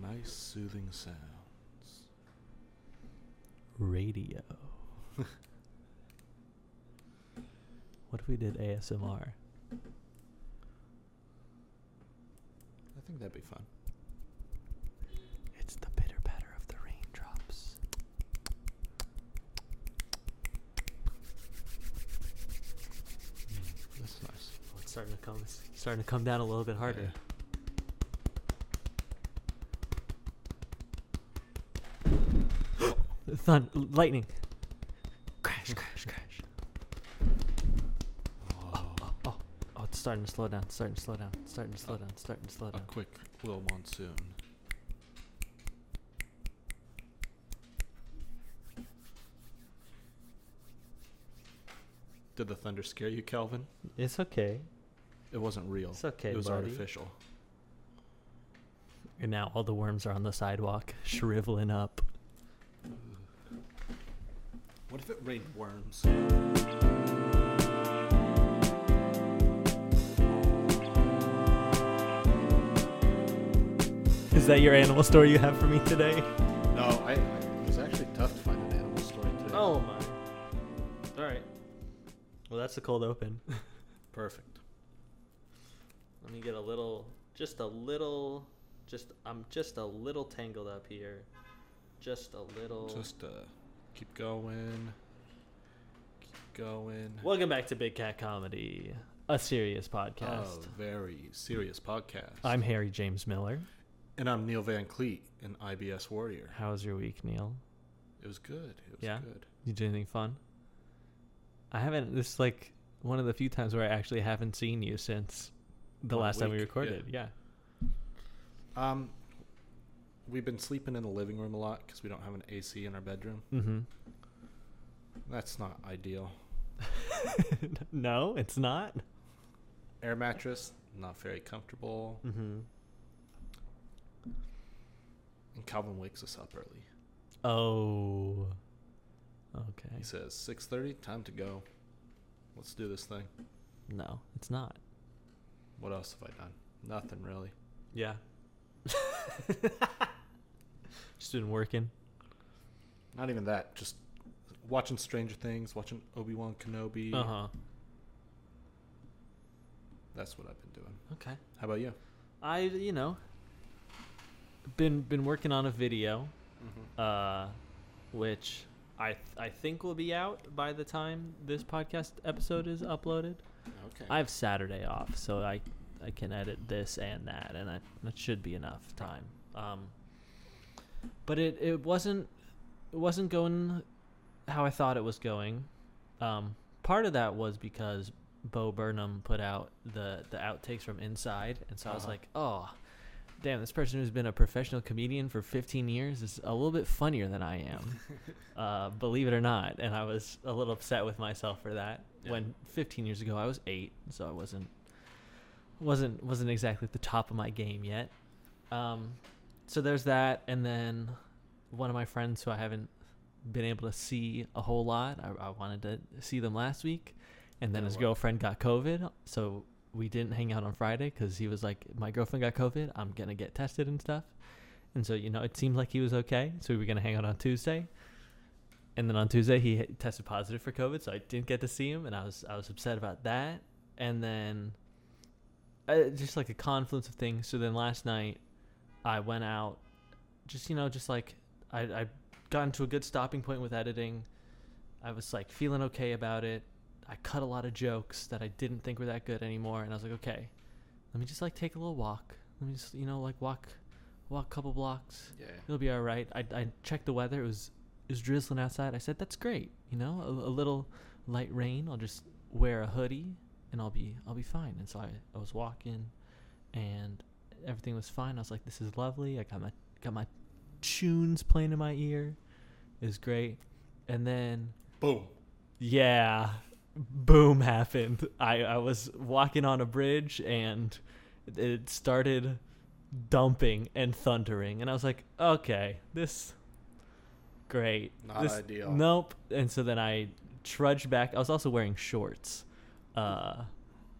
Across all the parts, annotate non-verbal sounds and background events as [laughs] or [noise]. Nice soothing sounds. Radio. [laughs] what if we did ASMR? I think that'd be fun. It's the bitter patter of the raindrops. That's nice. Oh, it's starting to come. It's starting to come down a little bit harder. Yeah. Thun, lightning. Crash, crash, crash. Oh, Oh, oh, it's starting to slow down. it's Starting to slow down. it's Starting to slow down. it's Starting to slow a down. quick little monsoon. Did the thunder scare you, Calvin? It's okay. It wasn't real. It's okay, It was buddy. artificial. And now all the worms are on the sidewalk, shriveling up. What if it rained worms? Is that your animal story you have for me today? No, I, I it was actually tough to find an animal story today. Oh my. All right. Well, that's the cold open. perfect. Let me get a little, just a little, just I'm just a little tangled up here, just a little. Just uh, keep going, keep going. Welcome back to Big Cat Comedy, a serious podcast. A Oh, very serious podcast. I'm Harry James Miller. and I'm Neil Van Cleet, an IBS warrior. How was your week, Neil? It was good. It was Yeah? good. You do anything fun? I haven't. This is like one of the few times where I actually haven't seen you since the One last time we week, yeah. recorded. Yeah. Um, we've been sleeping in the living room a lot because we don't have an AC in our bedroom. Mm-hmm. [laughs] That's not ideal. no, it's not. Air mattress, not very comfortable. Mm-hmm. And Calvin wakes us up early. Oh. Okay. He says, 6.30, time to go. Let's do this thing. No, it's not. What else have I done? Nothing really. Yeah. [laughs] Just been working. Not even that. Just watching Stranger Things, watching Obi Wan Kenobi. Uh huh. That's what I've been doing. Okay. How about you? I you know been been working on a video, uh, which I I think will be out by the time this podcast episode is uploaded. Okay. I have Saturday off, so I I can edit this and that, and I, that should be enough time. Um, but it, it wasn't it wasn't going how I thought it was going. Um, part of that was because Bo Burnham put out the the outtakes from Inside, and so I was Uh-huh. like, oh. Damn, this person who's been a professional comedian for 15 years is a little bit funnier than I am, uh, believe it or not. And I was a little upset with myself for that. Yeah. When 15 years ago I was eight, so I wasn't wasn't wasn't exactly at the top of my game yet. Um, so there's that, and then one of my friends who I haven't been able to see a whole lot. I, I wanted to see them last week, and then Yeah, his wow. girlfriend got COVID, so we didn't hang out on Friday because he was like, "My girlfriend got COVID. I'm gonna get tested and stuff." And so you know, it seemed like he was okay, so we were gonna hang out on Tuesday. And then on Tuesday he had- tested positive for COVID, so I didn't get to see him, and I was I was upset about that. And then uh, just like a confluence of things. So then last night, I went out, just you know, just like I I got into a good stopping point with editing. I was like feeling okay about it. I cut a lot of jokes that I didn't think were that good anymore, and I was like, okay, let me just like take a little walk. Let me just you know like walk, walk a couple blocks. yeah. It'll be all right. I I checked the weather. It was it was drizzling outside. I said that's great. You know, a, a little light rain. I'll just wear a hoodie and I'll be I'll be fine. And so I, I was walking, and everything was fine. I was like, this is lovely. I got my got my tunes playing in my ear. It was great. And then Boom. yeah, boom happened. I, I was walking on a bridge and it started dumping and thundering, and I was like, okay, this great. Not this, ideal. Nope. And so then I trudged back. I was also wearing shorts, uh,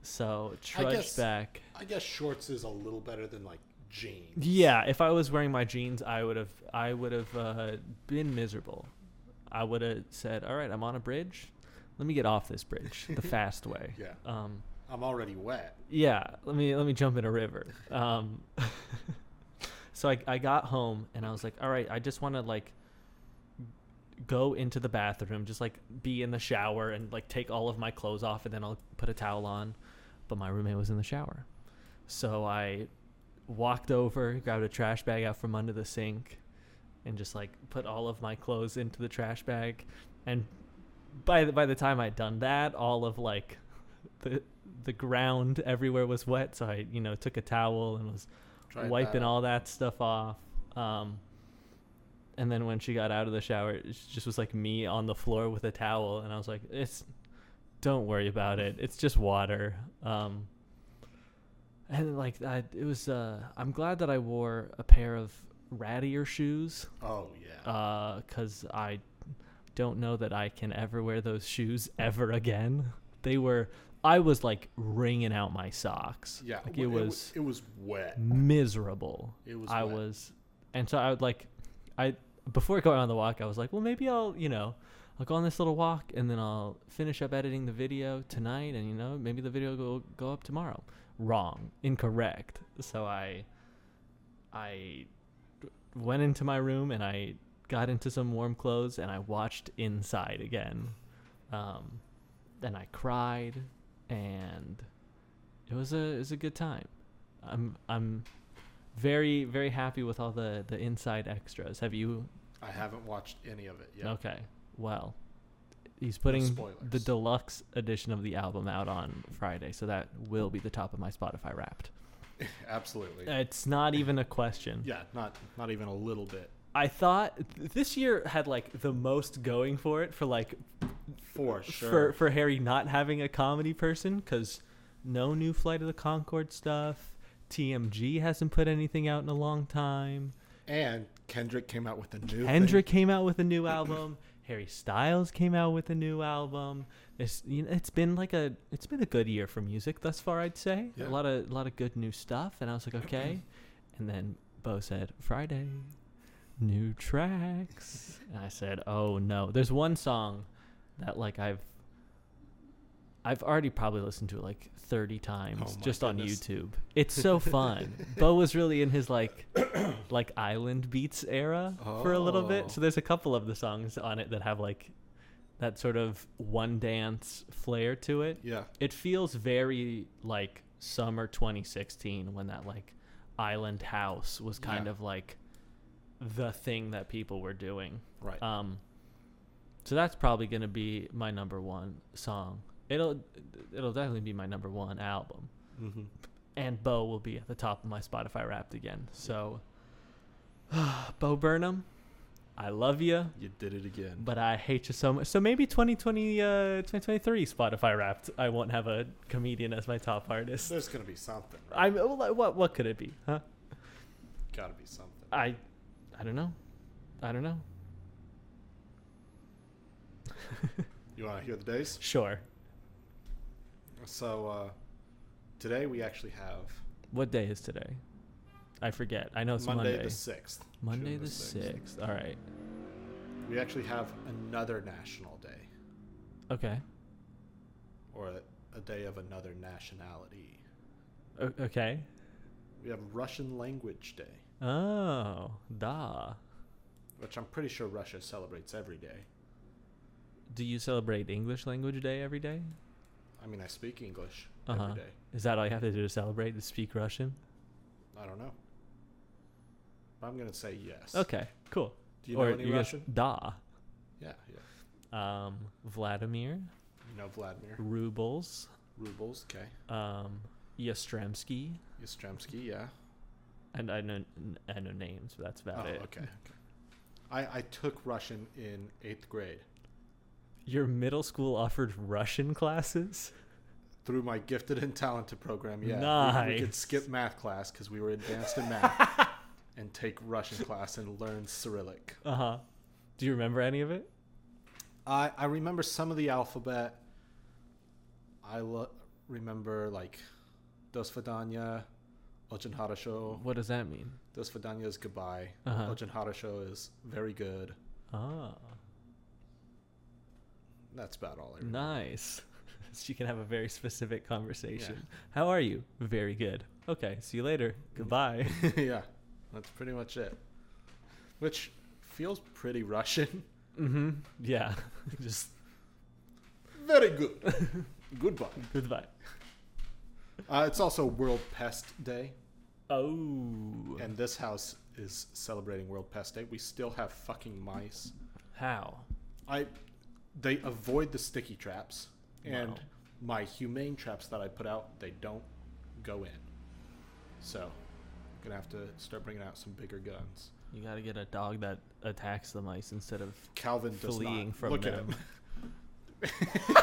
so trudged guess- back. I guess shorts is a little better than like jeans. Yeah, if I was wearing my jeans, I would have I would have uh, been miserable. I would have said, "All right, I'm on a bridge. Let me get off this bridge [laughs] the fast way." Yeah. Um, I'm already wet. yeah, let me let me jump in a river. Um, [laughs] so I I got home and I was like, "All right, I just want to like go into the bathroom, just like be in the shower and like take all of my clothes off and then I'll put a towel on." But my roommate was in the shower. So I walked over, grabbed a trash bag out from under the sink, and just like put all of my clothes into the trash bag. And by the, by the time I'd done that, all of like [laughs] the the ground everywhere was wet. So I you know took a towel and was Tried wiping that. all that stuff off. Um, and then when she got out of the shower, it just was like me on the floor with a towel, and I was like, "It's, don't worry about it. It's just water." Um, and like I, it was. Uh, I'm glad that I wore a pair of rattier shoes Oh yeah. Uh, because I don't know that I can ever wear those shoes [laughs] ever again. They were. I was like wringing out my socks. yeah. like, w- it w- was It was wet. miserable. It was I wet. was, and so I would like, I before going on the walk, I was like, well, maybe I'll you know, I'll go on this little walk and then I'll finish up editing the video tonight, and you know, maybe the video will go up tomorrow. Wrong, incorrect. So I, I went into my room and I got into some warm clothes and I watched Inside again. Um, then I cried, and it was a it was a good time. I'm I'm very very happy with all the the inside extras. Have you? I haven't watched any of it yet. Okay. Well, he's putting the spoilers. deluxe edition of the album out on Friday, so that will be the top of my Spotify Wrapped. [laughs] Absolutely. [laughs] It's not even a question. yeah. Not not even a little bit. I thought th- this year had like the most going for it for like For sure. for for Harry not having a comedy person because no new Flight of the Concord stuff. TMG hasn't put anything out in a long time. and Kendrick came out with a new. Kendrick came out with a new album. [clears throat] Harry Styles came out with a new album. It's you know, it's been like a it's been a good year for music thus far, I'd say. Yeah. A lot of a lot of good new stuff, and I was like, [clears throat] okay. and then Bo said, Friday, new tracks. and I said, oh no. There's one song that like I've I've already probably listened to it like 30 times Oh my just on goodness. YouTube. [laughs] It's so fun. Bo was really in his like like island beats era for a little Oh. bit. So there's a couple of the songs on it that have like that sort of one dance flair to it. Thing. Yeah. It feels very like summer 2016 when that like island house was kind Yeah. of like the thing that people were doing. Right. Um, so that's probably gonna be my number one song. It'll it'll definitely be my number one album, hmm and Bo will be at the top of my Spotify Wrapped again. So, [sighs] Bo Burnham, I love you, You did it again. but I hate you so much. So maybe 2020, uh, 2023 Spotify Wrapped, I won't have a comedian as my top artist. There's gonna be something. Right? I'm what what could it be, huh? Gotta be something. I, I don't know, I don't know. You want to hear the days? Sure. So uh, today we actually have What day is today? I forget. I know it's Monday, Monday. the sixth. Monday June the sixth. All right. We actually have another national day, Okay. or a, a day of another nationality. O- okay. We have Russian Language Day, Oh, da. which I'm pretty sure Russia celebrates every day. Do you celebrate English language day every day? I mean, I speak English Uh-huh. every day. Is that all you have to do to celebrate? To speak Russian? I don't know. I'm gonna say yes. Okay. Cool. Do you know any you guys- Russian? Da. Yeah, yeah. Um, Vladimir, You know Vladimir Rubles, Rubles. Okay. um, Yastrzemski, Yastrzemski. Yeah. and I know I know names, but that's about oh, it. okay. okay. I, I took Russian in eighth grade. Your middle school offered Russian classes? through my gifted and talented program. Yeah, we, we could Nice. skip math class because we were advanced in [laughs] math, and take Russian class and learn Cyrillic. Uh huh. Do you remember any of it? I I remember some of the alphabet. I lo- remember like Dosvidanya, Ochen Harasho. What does that mean? Dos Vidania is goodbye. Uh-huh. Ochen Harasho is very good. Ah, That's about all I remember. nice. [laughs] so you can have a very specific conversation. How are you? Very good. Okay, see you later. Goodbye. [laughs] yeah, that's pretty much it. Which feels pretty Russian. [laughs] mm-hmm. Yeah. [laughs] Just Very good. Goodbye. goodbye. Uh, it's also World Pest Day, Oh. and this house is celebrating World Pest Day. We still have fucking mice. how? I, they avoid the sticky traps, and Wow. my humane traps that I put out, they don't go in. So, gonna have to start bringing out some bigger guns. You gotta get a dog that attacks the mice instead of Calvin does Fleeing not from look them. at him.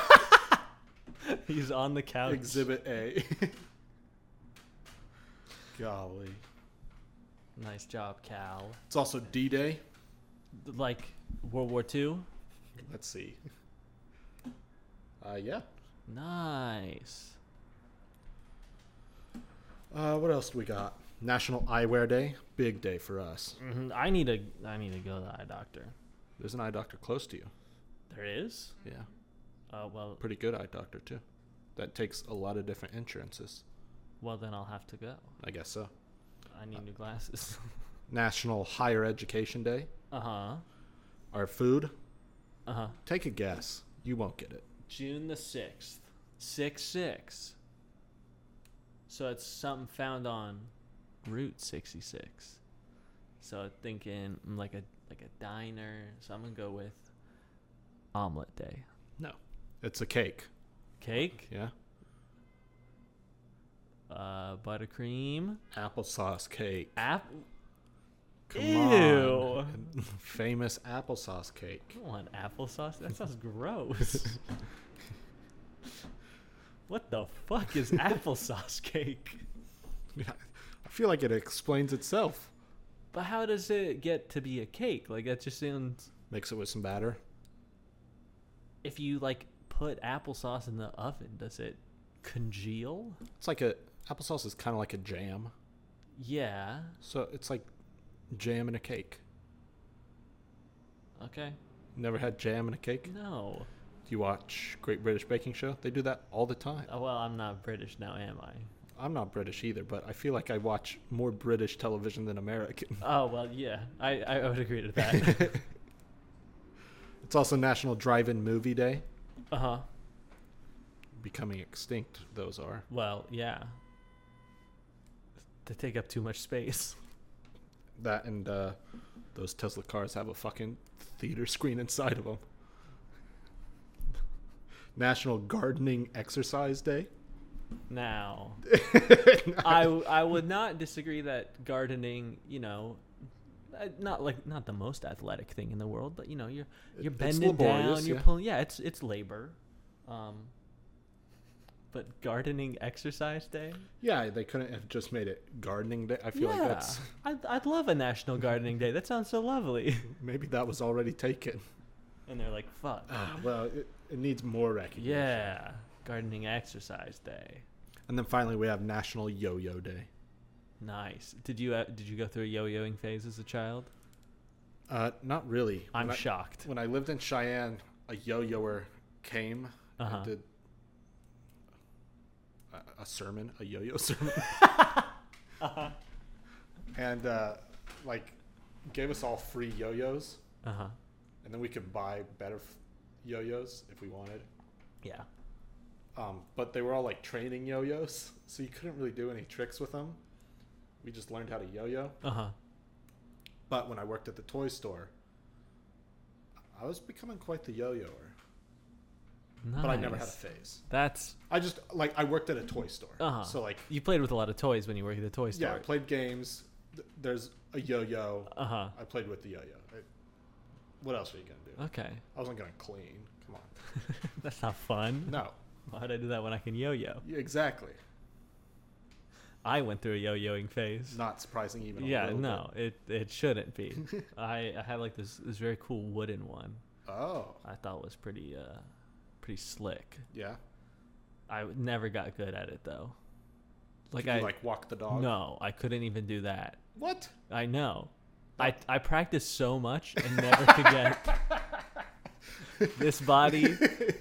[laughs] [laughs] he's on the couch. Exhibit A. [laughs] Golly. Nice job, Cal. It's also D Day. Like World War Two. Let's see. Uh, yeah. Nice. Uh, what else do we got? National Eyewear Day. Big day for us. hmm I need to. I need to go to the eye doctor. There's an eye doctor close to you. There is. Yeah. Uh, well, Pretty good eye doctor, too. That takes a lot of different insurances. well then I'll have to go. I guess so. I need new glasses. [laughs] National Higher Education Day. uh huh. Our food. Uh huh. Take a guess. You won't get it. June the sixth. Six six. So it's something found on Route sixty six. So I'm thinking mm, like a like a diner. So I'm gonna go with omelet day. No. It's a cake. Cake, Yeah. uh, buttercream, Applesauce cake. apple. Come Ew. on. [laughs] Famous applesauce cake. I don't want applesauce. That sounds gross. what the fuck is applesauce cake? I feel like it explains itself. But how does it get to be a cake? Like that just sounds. Mix it with some batter. If you like put applesauce in the oven, does it congeal? It's like a applesauce is kind of like a jam. Yeah. So it's like jam and a cake. Okay. Never had jam and a cake? No. You watch Great British Baking Show? They do that all the time. Oh, well, I'm not British now, am I? I'm not British either, but I feel like I watch more British television than [laughs] American. Oh well, yeah. I I would agree [laughs] to that. It's also National Drive-In Movie Day. uh huh. Becoming extinct, those are. Well, yeah. They take up too much space. That and uh, those Tesla cars have a fucking theater screen inside of them. National Gardening Exercise Day. [laughs] Now, I I would not disagree that gardening, you know, uh, not like not the most athletic thing in the world, but you know, you're you're It's bending down, laborious, you're yeah. pulling. Yeah, it's it's labor. Um, but gardening exercise day. Yeah, they couldn't have just made it Gardening Day. I feel yeah, like that's [laughs] I'd I'd love a national gardening day. That sounds so lovely. [laughs] maybe that was already taken. And they're like, fuck. Ah, well, it, it needs more recognition. yeah, gardening exercise day. And then finally, we have National Yo-Yo Day. Nice. Did you uh, did you go through a yo-yoing phase as a child? Uh, not really. I'm When I- shocked. When I lived in Cheyenne, a yo-yoer came Uh-huh. and did a, a sermon, a yo-yo [laughs] [laughs] sermon, Uh-huh. and uh, like gave us all free yo-yos, Uh huh. and then we could buy better f- yo-yos if we wanted. Yeah. Um, but they were all like training yo-yos, so you couldn't really do any tricks with them. We just learned how to yo-yo. Uh huh. But when I worked at the toy store, I was becoming quite the yo-yoer. Nice. But I never had a phase. That's I just like I worked at a toy store, Uh-huh. so like you played with a lot of toys when you worked at the toy yeah, I store. played games. Th- There's a yo-yo. Uh huh. I played with the yo-yo. I, what else are you gonna do? Okay. [laughs] I wasn't gonna clean. Come on. That's not fun. [laughs] No, Why would I do that when I can yo-yo? Yeah, exactly. I went through a yo-yoing phase. Not surprising even. A yeah. little No. It it [laughs] shouldn't be. I I had like this this very cool wooden one. bit. Oh I thought was pretty uh pretty slick. yeah. I w- never got good at it though. Like Could I you like walk the dog? no, I couldn't even do that. What? I know. I I practiced so much and never [laughs] could get this body.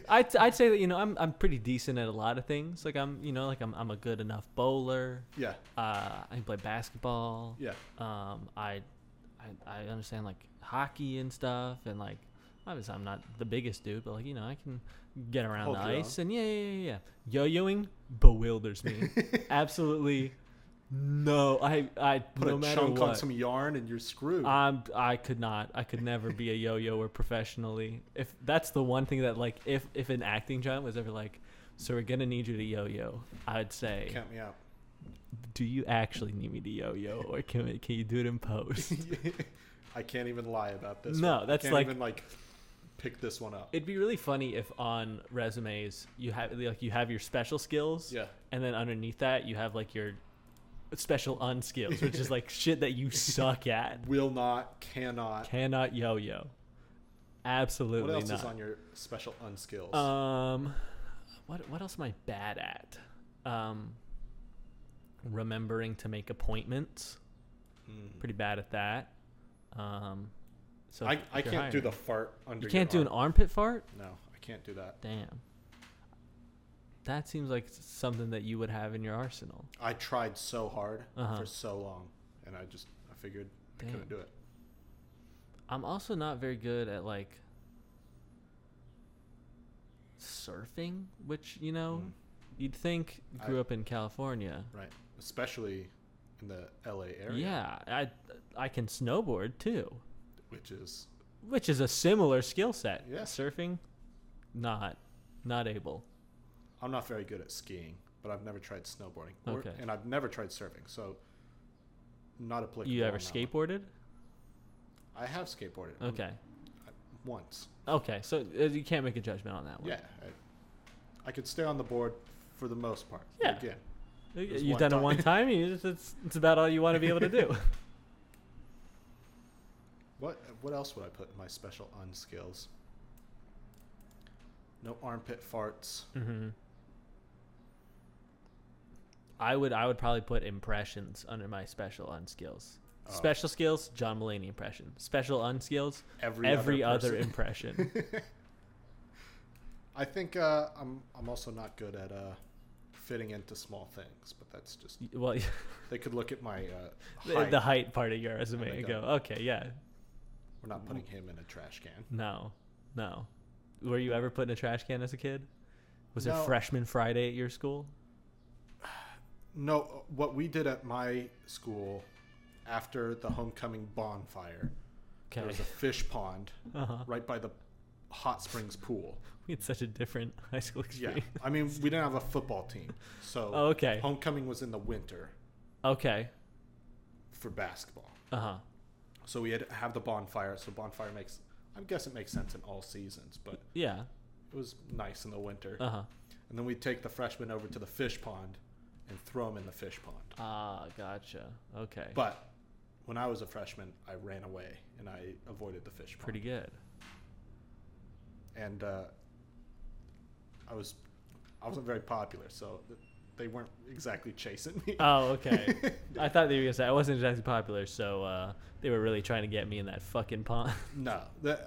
I'd, I'd say that you know I'm I'm pretty decent at a lot of things. Like I'm you know like I'm I'm a good enough bowler. Yeah. Uh, I can play basketball. [laughs] Yeah. Um, I, I I understand like hockey and stuff and like obviously I'm not the biggest dude, but like you know I can get around Hold the your ice and yeah yeah yeah yeah. Yo-yoing [laughs] bewilders me. Absolutely. No, I I Put no a matter chunk what. on some yarn and you're screwed. I'm, I could not. I could never be a yo-yoer professionally. If that's the one thing that like, if if an acting job was ever like, so we're gonna need you to yo-yo, I'd say, Count me out. [laughs] do you actually need me to yo-yo, or can we, can you do it [laughs] in post? I can't even lie about this. No, one. I that's can't like- even like pick this one up. It'd be really funny if on resumes you have like you have your special skills, Yeah. and then underneath that you have like your special unskills, which is like shit [laughs] that you suck at, Will not, cannot. cannot yo-yo, absolutely What else not. is on your special unskills? Um, what what else am I bad at? Um, remembering to make appointments. Mm. Pretty bad at that. Um, so I, if I you're can't do the hiring- fart under. You your can't do an arm. armpit fart. No, I can't do that. Damn. That seems like s- something that you would have in your arsenal. I tried so hard Uh-huh. for so long, and I just I figured I Damn. couldn't do it. I'm also not very good at like surfing, which you know Mm. you'd think I- grew up in California. Right, especially in the L.A. area, Yeah, I I can snowboard too, which is which is a similar skill set. Yeah. Surfing, not not able. I'm not very good at skiing, but I've never tried snowboarding, or- Okay. and I've never tried surfing, so not applicable. you ever on that one. skateboarded? I have skateboarded. um, Okay. Once. Okay, so uh, you can't make a judgment on that one. Yeah, I, I could stay on the board for the most part. but Yeah. Again, Y- Just You've one done it time. one time. You just, it's, it's about all you want to be able [laughs] to do. what what else would I put in my special unskills? No armpit farts. hmm I would I would probably put impressions under my special unskills. Oh. Special skills, John Mulaney impression. Special unskills, Every every, other, person. impression. [laughs] [laughs] I think uh, I'm I'm also not good at uh, fitting into small things, but that's just [laughs] Y- well, they could look at my uh, the, height. Oh the height part of your And resume they and go- go, okay, yeah, We're not putting him in a trash can. No, no. Were you ever put in a trash can as a kid? Was No. it freshman Friday at your school? No, what we did at my school after the homecoming bonfire, there Okay. was a fish pond Uh-huh. [laughs] right by the hot springs pool. We had such a different [laughs] high school Yeah, experience. I mean we didn't have a football team, so Oh, okay. homecoming was in the winter Okay. for basketball. Uh huh. So we had have the bonfire. So bonfire makes I guess it makes sense in all seasons, but Yeah. it was nice in the winter. Uh huh. And then we'd take the freshmen over to the fish pond and throw them in the fish pond. Ah, gotcha. Okay. But when I was a freshman, I ran away and I avoided the fish pond. Pretty good. and uh, I was I wasn't very popular, so th- they weren't exactly chasing me. Oh, okay. I thought that you were gonna say I wasn't exactly popular, so uh, they were really trying to get me in that fucking pond. [laughs] [laughs] no, the,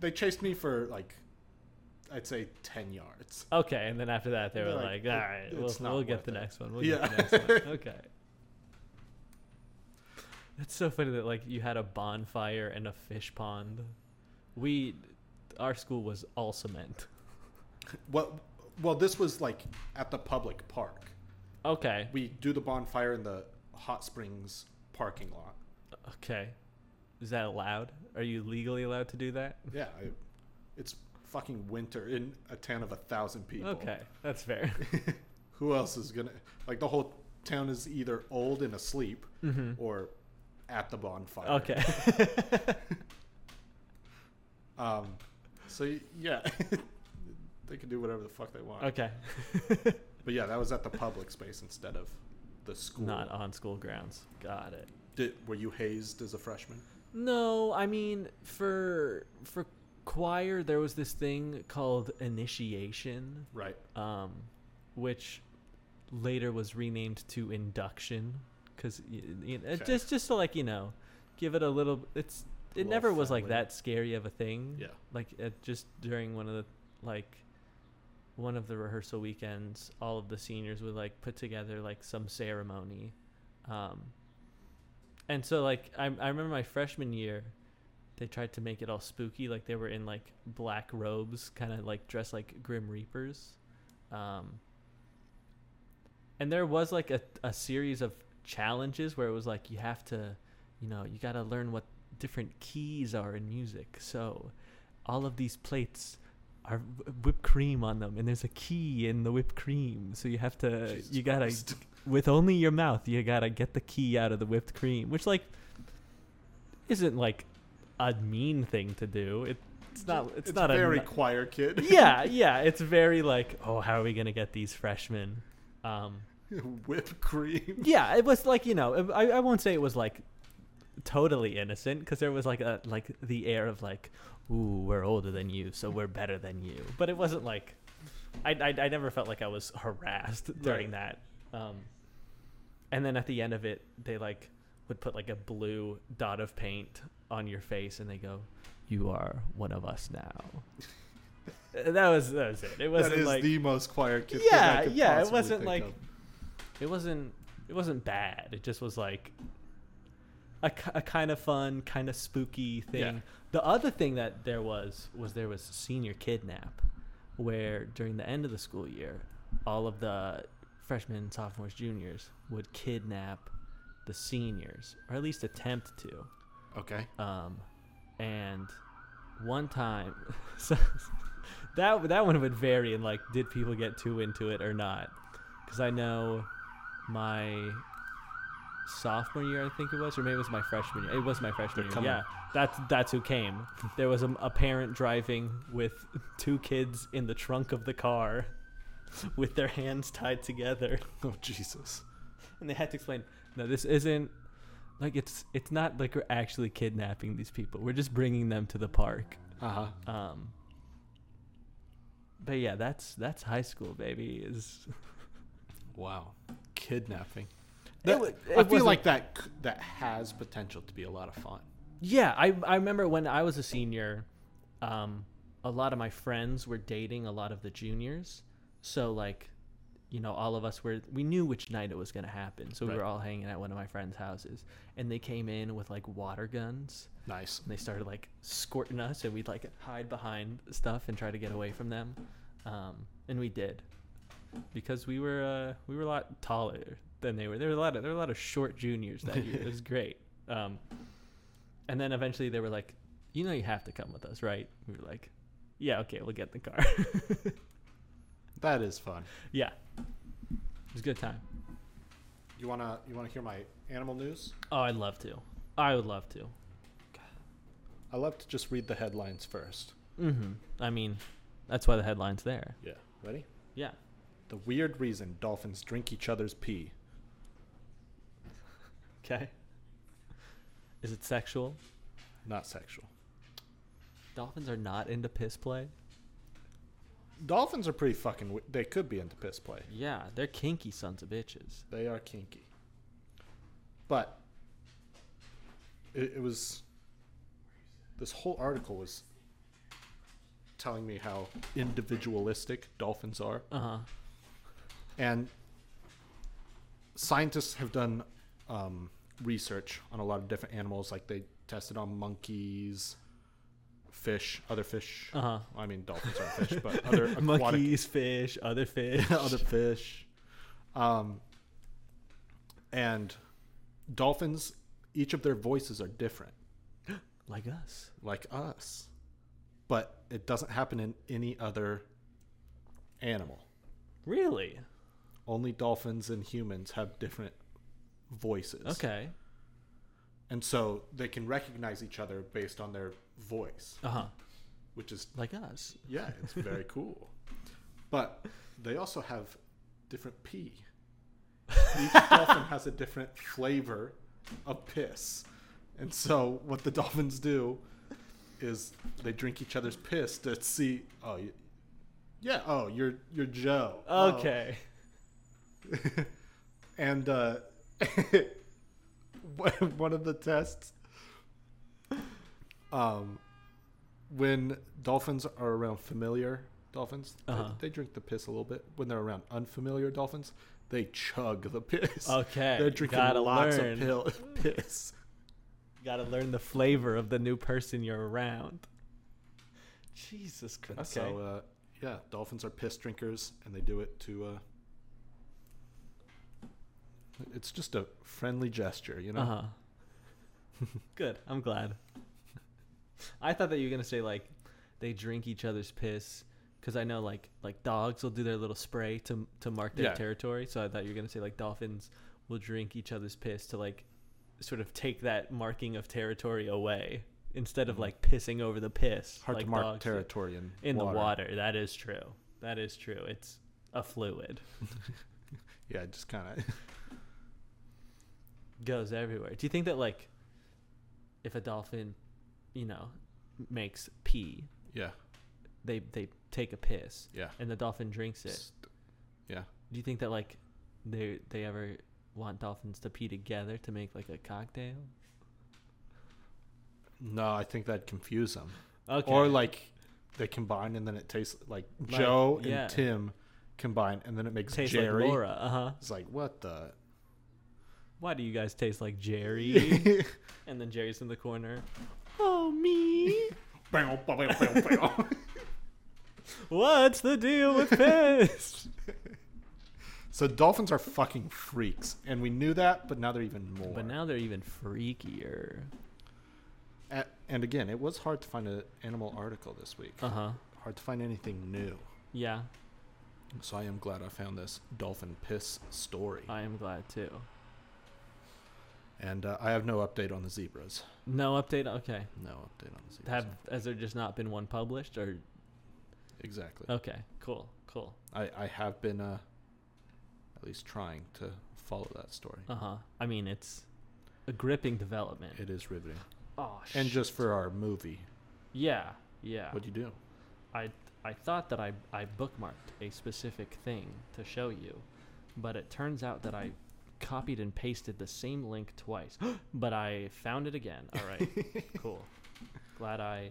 they chased me for like I'd say ten yards. [laughs] okay, and then after that they were They're like, like, "All "It- right, we'll, it's not we'll get worth the it." next one. We'll Yeah. get the next [laughs] one." Okay. That's so funny that like you had a bonfire and a fish pond. We, our school was all cement. Well, well, this was like at the public park. Okay. We do the bonfire in the hot springs parking [laughs] lot. Okay. Is that allowed? Are you legally allowed to do that? Yeah, I, it's fucking winter in a town of a thousand people. Okay, [laughs] that's fair. Who else is gonna like the whole town is either old and asleep or at the bonfire. Mm-hmm. okay. [laughs] [laughs] Um, so y- yeah, [laughs] they can do whatever the fuck they want. okay. But yeah, that was at the public space instead of the school. [laughs] Not on school grounds. Got it. Did, were you hazed as a freshman? No, I mean for for choir there was this thing called initiation, Right. um, which later was renamed to induction because Okay. just just to like you know give it a little it's A it little never was like friendly. that scary of a thing Yeah. like at just during one of the like one of the rehearsal weekends all of the seniors would like put together like some ceremony um and so like I, I remember my freshman year they tried to make it all spooky like they were in like black robes kind of like dressed like grim reapers um and there was like a, a series of challenges where it was like you have to you know you got to learn what different keys are in music so all of these plates are wh- whipped cream on them and there's a key in the whipped cream so you have to Jesus Uh, you got to Christ. with only your mouth you gotta get the key out of the whipped cream which like isn't like a mean thing to do it, [laughs] it's not it's, not very a [laughs] choir kid. yeah yeah it's very like oh how are we gonna get these freshmen um [laughs] Whipped cream. yeah it was like you know i, I won't say it was like totally innocent because there was like a like the air of like ooh we're older than you so we're better than you but it wasn't like i i, I never felt like i was harassed during that um and then at the end of it they like would put like a blue dot of paint on your face and they go you are one of us now that was that was [laughs] it it That wasn't is like the most choir kid. thing I yeah could yeah it possibly wasn't think like of. it wasn't it wasn't bad it just was like a, ki- a kind of fun kind of spooky thing Yeah. the other thing that there was was there was senior kidnap where during the end of the school year all of the freshmen sophomores juniors would kidnap the seniors or at least attempt to Okay. um, and one time, [laughs] so that that one would vary in like, did people get too into it or not? Because I know my sophomore year, I think it was, or maybe it was my freshman year. It was my They're freshman year. coming. Yeah, that's that's who came. There was a, a parent driving with [laughs] two kids in the trunk of the car, [laughs] with their hands tied together Oh Jesus. and they had to explain no this isn't like it's it's not like we're actually kidnapping these people we're just bringing them to the park Uh huh. um but yeah that's that's high school baby is [laughs] Wow. Kidnapping. It That, wa- it I feel wasn't- like that c- that has potential to be a lot of fun. yeah i i remember when i was a senior um a lot of my friends were dating a lot of the juniors so like you know all of us were we knew which night it was going to happen so we Right. were all hanging at one of my friends houses and they came in with like water guns Nice. and they started like squirting us and we'd like hide behind stuff and try to get away from them um, and we did because we were uh, we were a lot taller than they were there were a lot of there were a lot of short juniors that year it [laughs] was great um, and then eventually they were like you know you have to come with us right we were like yeah okay we'll get in the car [laughs] That is fun. yeah it was a good time You wanna you wanna hear my animal news? oh i'd love to i would love to I love to just read the headlines first. mm-hmm i mean that's why the headline's there Yeah. Ready? yeah The weird reason dolphins drink each other's pee. okay is it sexual Not sexual. Dolphins are not into piss play. Dolphins are pretty fucking. W- they could be into piss play. Yeah, they're kinky sons of bitches. They are kinky. But it, it was. This whole article was telling me how individualistic dolphins are. Uh huh. And scientists have done um, research on a lot of different animals. Like they tested on monkeys, fish, other fish. Uh huh. I mean, dolphins aren't fish, but [laughs] other aquatic Monkeys, fish, other [laughs] fish. other fish. Um, and dolphins, each of their voices are different, like us. like us, but it doesn't happen in any other animal. Really? Only dolphins and humans have different voices. Okay. And so they can recognize each other based on their voice, Uh huh. which is Like us. Yeah, it's very cool. But they also have different pee. Each dolphin has a different flavor of piss. And so what the dolphins do is they drink each other's piss to [laughs] see oh y- yeah, oh, you're you're Joe. Oh, Okay. [laughs] and uh, one of the tests, um, when dolphins are around familiar dolphins, they- Uh-huh. they, drink the piss a little bit. When they're around unfamiliar dolphins, they chug the piss. Okay, [laughs] they're drinking gotta lots learn. of pill- [laughs] piss. Got to learn the flavor of the new person you're around. Jesus And Christ. So uh, yeah, dolphins are piss drinkers, and they do it to. Uh, it's just a friendly gesture, you know. Uh huh. Uh-huh. [laughs] Good. I'm glad. [laughs] I thought that you were gonna say like they drink each other's piss because I know like like dogs will do their little spray to to mark their Yeah. territory. So I thought you were gonna say like dolphins will drink each other's piss to like sort of take that marking of territory away instead of like pissing over the piss. Mm-hmm. Hard like to mark dogs do. territory in, in the water. That is true. That is true. It's a fluid. Yeah, just kind of. goes everywhere. Do you think that like if a dolphin, you know, makes pee, [laughs] Yeah, they they take a piss yeah. and the dolphin drinks it. Yeah. Do you think that like they they ever want dolphins to pee together to make like a cocktail? No, I think that'd confuse them. Okay. Or like they combine and then it tastes like, Like, Joe yeah. and Tim combine and then it makes taste Jerry. like Laura. Uh huh. It's like what the Why do you guys taste [laughs] like Jerry? and then Jerry's in the corner. [laughs] Oh me. [laughs] Bow, bow, bow, bow, bow. [laughs] What's the deal [laughs] with piss? so dolphins are fucking freaks, and we knew that, but now they're even more. but now they're even freakier. A- and again, it was hard to find an animal article this week. Uh huh. Hard to find anything new. Yeah. So I am glad I found this dolphin piss story. I am glad too. And uh, I have no update on the zebras. No update. Okay. No update on the zebras. Have has there just not been one published or exactly. okay, cool, cool. I, I have been uh, at least trying to follow that story. Uh huh. I mean, it's a gripping development. It is riveting. oh, And sh- just for our movie, yeah, yeah. what'd you do? I I thought that I I bookmarked a specific thing to show you, but it turns out that I copied and pasted the same link twice. [gasps] but I found it again. All right, [laughs] cool. Glad I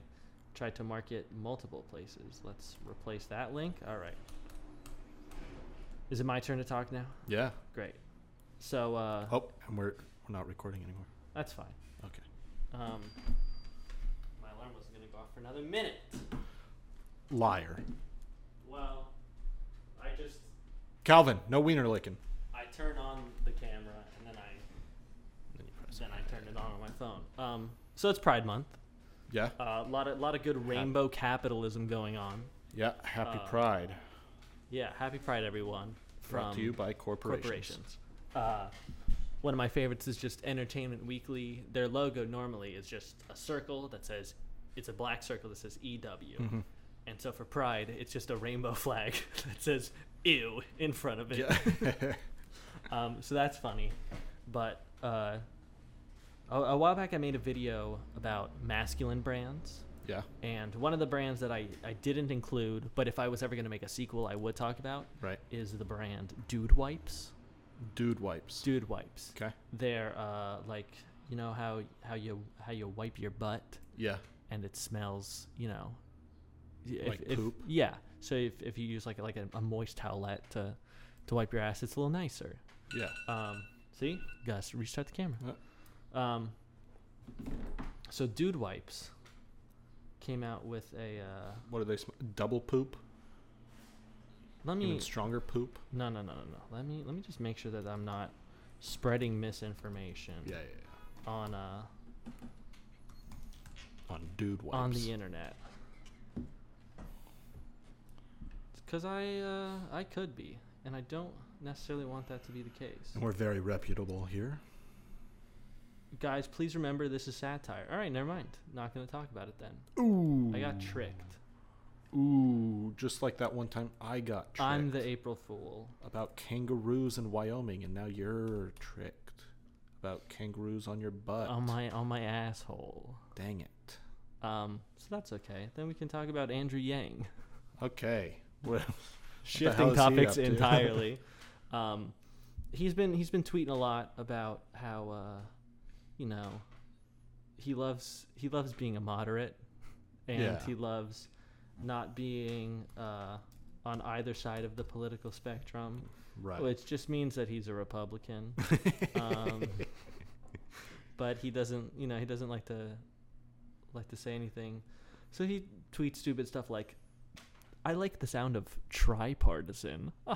tried to mark it multiple places. Let's replace that link. All right. Is it my turn to talk now? Yeah. Great. So uh, Oh, and we're we're not recording anymore. that's fine. Okay. Um, my alarm wasn't going to go off for another minute. Liar. Well, I just Calvin, no wiener licking. I turn on the camera and then I Then you press then I turn it on on my phone. Um, so it's Pride Month. Yeah. A lot of lot of good rainbow capitalism going on. Yeah. Happy Uh, Pride. Yeah, happy Pride, everyone. Brought From to you by corporations. corporations. Uh, one of my favorites is just Entertainment Weekly. Their logo normally is just a circle that says, it's a black circle that says EW. Mhm. And so for Pride, it's just a rainbow [laughs] flag that says ew in front of it. Mm-hmm. [laughs] Yeah. [laughs] Um, so that's funny. But uh, a, a while back, I made a video about masculine brands. yeah. And one of the brands that I, I didn't include, but if I was ever going to make a sequel, I would talk about, Right. is the brand Dude Wipes. Dude wipes. Dude Wipes Okay. they're uh, like you know how how you how you wipe your butt Yeah. and it smells you know y- Like poop? yeah so if, if you use like like a, a moist towelette to to wipe your ass it's a little nicer Yeah. um see gus restart the camera Uh, um so dude wipes came out with a uh, What are they? Sm- double poop? let me Even stronger poop? no no no no no let me let me just make sure that i'm not spreading misinformation Yeah. yeah, yeah. on uh On dude wipes. on the internet. Because I uh, I could be, and I don't necessarily want that to be the case. And we're very reputable here. Guys, please remember this is satire. All right, never mind. Not gonna talk about it then. Ooh. I got tricked. Ooh, just like that one time I got tricked I'm the April Fool. about kangaroos in Wyoming, and now you're tricked about kangaroos on your butt. On Oh my on my asshole. Dang it. Um, so that's okay. Then we can talk about Andrew Yang. Okay. Well, Shifting hell is he topics up to? entirely. um, he's been he's been tweeting a lot about how uh, you know he loves he loves being a moderate, and Yeah. he loves not being uh, on either side of the political spectrum, [laughs] Right. which just means that he's a [laughs] Republican. um, but he doesn't you know he doesn't like to like to say anything so he tweets stupid stuff like i like the sound of tripartisan [laughs]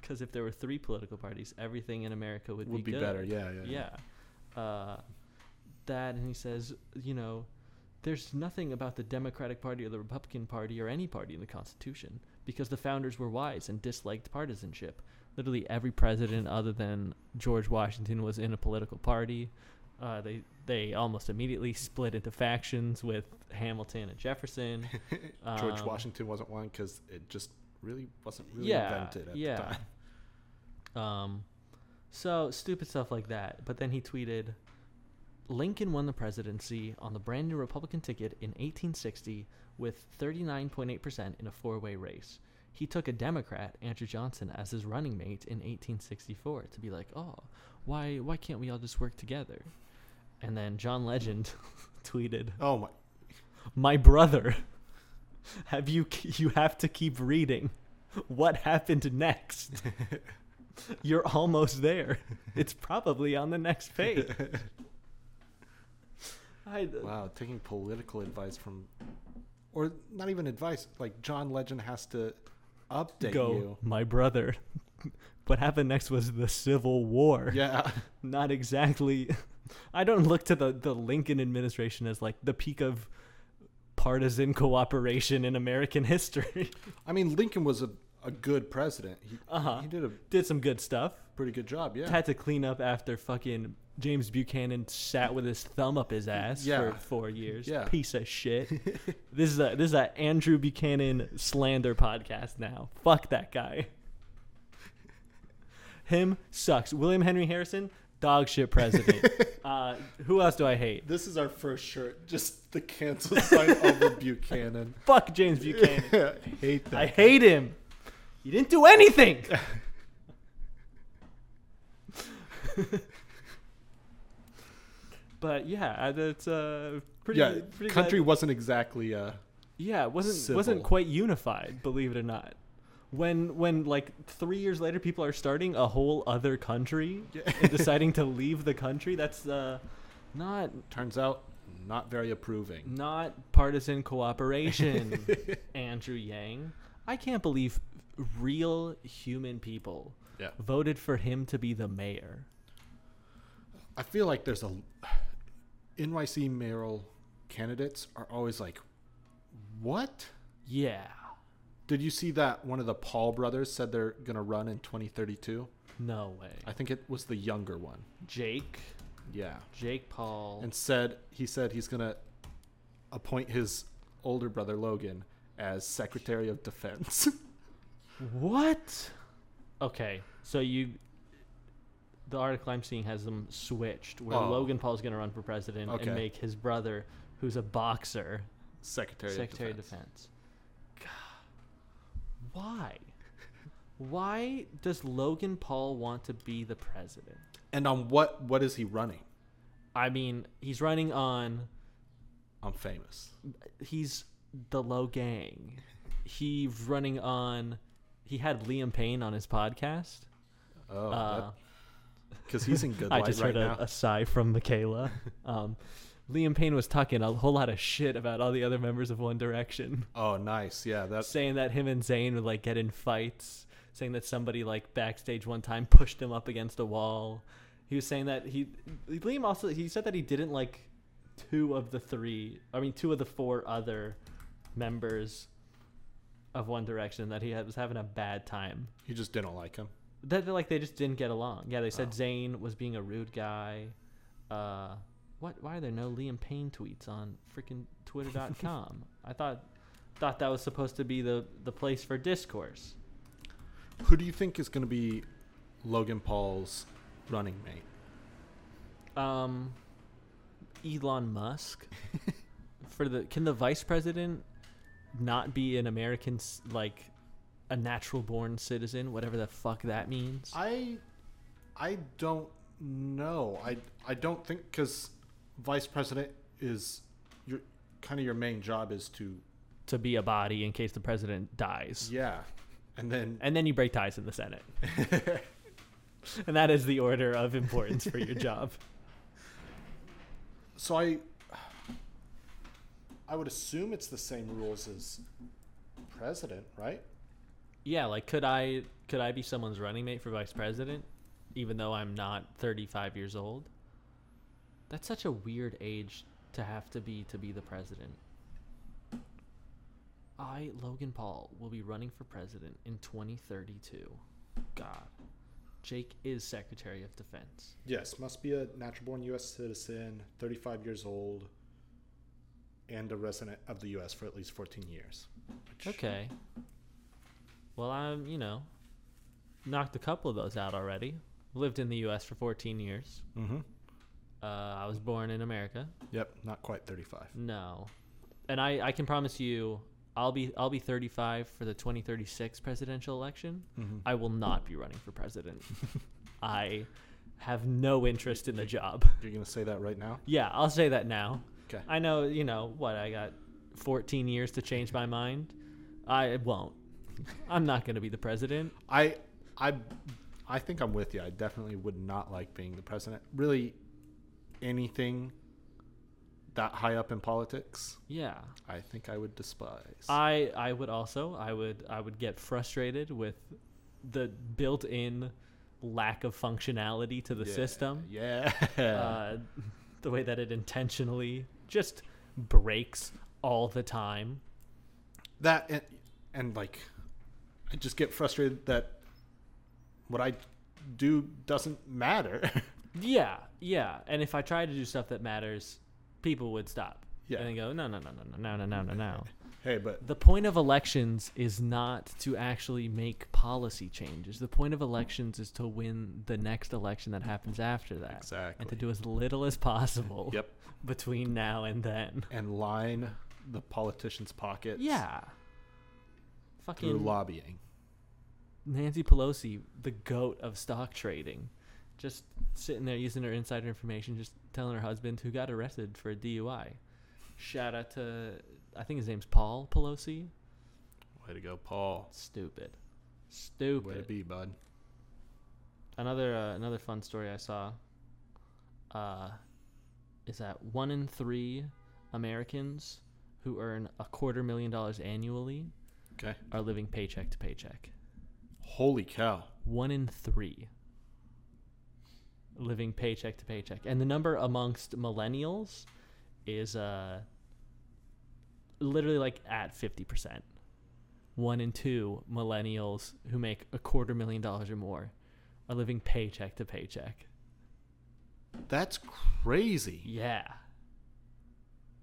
because if there were three political parties everything in america would, would be good. better. Yeah, yeah. yeah, Uh, that and he says you know there's nothing about the democratic party or the republican party or any party in the constitution because the founders were wise and disliked partisanship literally every president other than George Washington was in a political party. Uh, they they almost immediately split into factions with Hamilton and Jefferson. [laughs] George Um, Washington wasn't one because it just really wasn't really Yeah, invented at yeah. the time. Um, so stupid stuff like that. But then he tweeted, Lincoln won the presidency on the brand new Republican ticket in 1860 with 39.8% in a four-way race. He took a Democrat, Andrew Johnson, as his running mate in 1864 to be like, oh, why why can't we all just work together? And then John Legend [laughs] tweeted, Oh my! my brother [laughs] have you you have to keep reading what happened [laughs] next you're almost there it's probably on the next [laughs] page I, Wow, taking political advice from, or not even advice. Like John Legend has to update go you. [laughs] my brother what happened next was the civil war Yeah. not exactly [laughs] i don't look to the, the lincoln administration as like the peak of partisan cooperation in american history [laughs] I mean, Lincoln was a, a good president. He, Uh-huh. he did a did some good stuff pretty good job. Yeah. had to clean up after fucking James Buchanan sat with his thumb up his ass Yeah. for four years. Yeah. Piece of [laughs] shit. this is a this is a Andrew Buchanan slander podcast now. Fuck that guy. Him sucks. William Henry Harrison, dog shit [laughs] president. uh, who else do I hate? This is our first shirt. Just the [laughs] cancel sign over Buchanan. Fuck James Buchanan. [laughs] Hate that. I hate him. You didn't [laughs] do anything. but yeah, I- that's uh, pretty. yeah, pretty country glad- wasn't exactly. Uh, yeah, it wasn't wasn't civil. quite unified, believe it or not. When when like three years later, people are starting a whole other country Yeah. [laughs] and deciding to leave the country. That's uh, not turns out, not very Mm. approving. not [laughs] partisan cooperation, Andrew Yang. I can't believe real human people Yeah. voted for him to be the mayor. I feel like there's a [sighs] NYC mayoral candidates are always like, what? Yeah. Did you see that one of the Paul brothers said they're gonna run in 2032? No way. I think it was the younger one. Jake, Yeah, Jake Paul. and said he said he's gonna appoint his older brother Logan as Secretary of Defense. [laughs] what? Okay, so you. The article I'm seeing has them switched, where Oh. Logan Paul's going to run for president Okay. and make his brother, who's a boxer, Secretary, Secretary of Defense. God. Why? Why does Logan Paul want to be the president? And on what what is he running? I mean, he's running on I'm famous. he's the low gang. He's running on he had Liam Payne on his podcast. Oh, Uh, because he's in good [laughs] I light just right heard now. a, a sigh [laughs] from Michaela. Um, Liam Payne was talking a whole lot of shit about all the other members of One Direction. oh, nice. Yeah, that's saying that him and Zayn would like get in fights, saying that somebody like backstage one time pushed him up against a wall. He was saying that he Liam also he said that he didn't like two of the three, I mean two of the four other members of One Direction that he had, was having a bad time. you just didn't like him. That like they just didn't get along. Yeah, they said Oh. Zayn was being a rude guy. Uh, what? Why are there no Liam Payne tweets on freaking [laughs] Twitter.com? I thought thought that was supposed to be the the place for discourse. Who do you think is going to be Logan Paul's running mate? Um, Elon [laughs] Musk for the can the vice president not be an American s- like a natural born citizen, whatever the fuck that means. I I don't know. I I don't think because vice president is your kind of your main job is to to be a body in case the president dies. yeah, and then And then you break ties in the Senate. and that is the order of importance for your job. [laughs] so I I would assume it's the same rules as president, right? Yeah, like could I could I be someone's running mate for vice president even though I'm not 35 years old? That's such a weird age to have to be to be the president. I, Logan Paul, will be running for president in 2032. God. Jake is Secretary of Defense. Yes, must be a natural born U.S. citizen, 35 years old, and a resident of the U.S. for at least 14 years. which- Okay. Well, I'm, you know, knocked a couple of those out already. Lived in the US for 14 years. Mhm. Uh, I was born in America. Yep, not quite 35. No. And I, I can promise you I'll be I'll be 35 for the 2036 presidential election. I will not be running for president. I have no interest in the job. You're going to say that right now? Yeah, I'll say that now. Okay. I know, you know, what I got 14 years to change my mind. I won't. [laughs] I'm not going to be the president. I, I, I think I'm with you. I definitely would not like being the president. Really, anything that high up in politics, Yeah. I think I would despise. I I would also I would I would get frustrated with the built-in lack of functionality to the Yeah, system. Yeah. Uh, the way that it intentionally just breaks all the time. [laughs] that and, and like i just get frustrated that what i do doesn't matter [laughs] Yeah, yeah. And if I tried to do stuff that matters, people would stop. Yeah. And they go, no, no, no, no, no, no, no, no, no. hey but The point of elections is not to actually make policy changes. The point of elections is to win the next election that happens after that. And to Exactly. do as little as possible yep [laughs] between now and then. and line the politicians pockets Yeah. through Fucking lobbying Nancy Pelosi, the goat of stock trading, just sitting there using her insider information, just telling her husband who got arrested for a DUI. Shout out to, I think his name's Paul Pelosi. way to go paul way Stupid. to Stupid. be bud Another uh, another fun story I saw uh, is that one in three Americans who earn a quarter million dollars annually okay are living paycheck to paycheck. holy cow one in three living paycheck to paycheck and the number amongst millennials is uh literally like at 50% one in two millennials who make a quarter million dollars or more are living paycheck to paycheck that's crazy yeah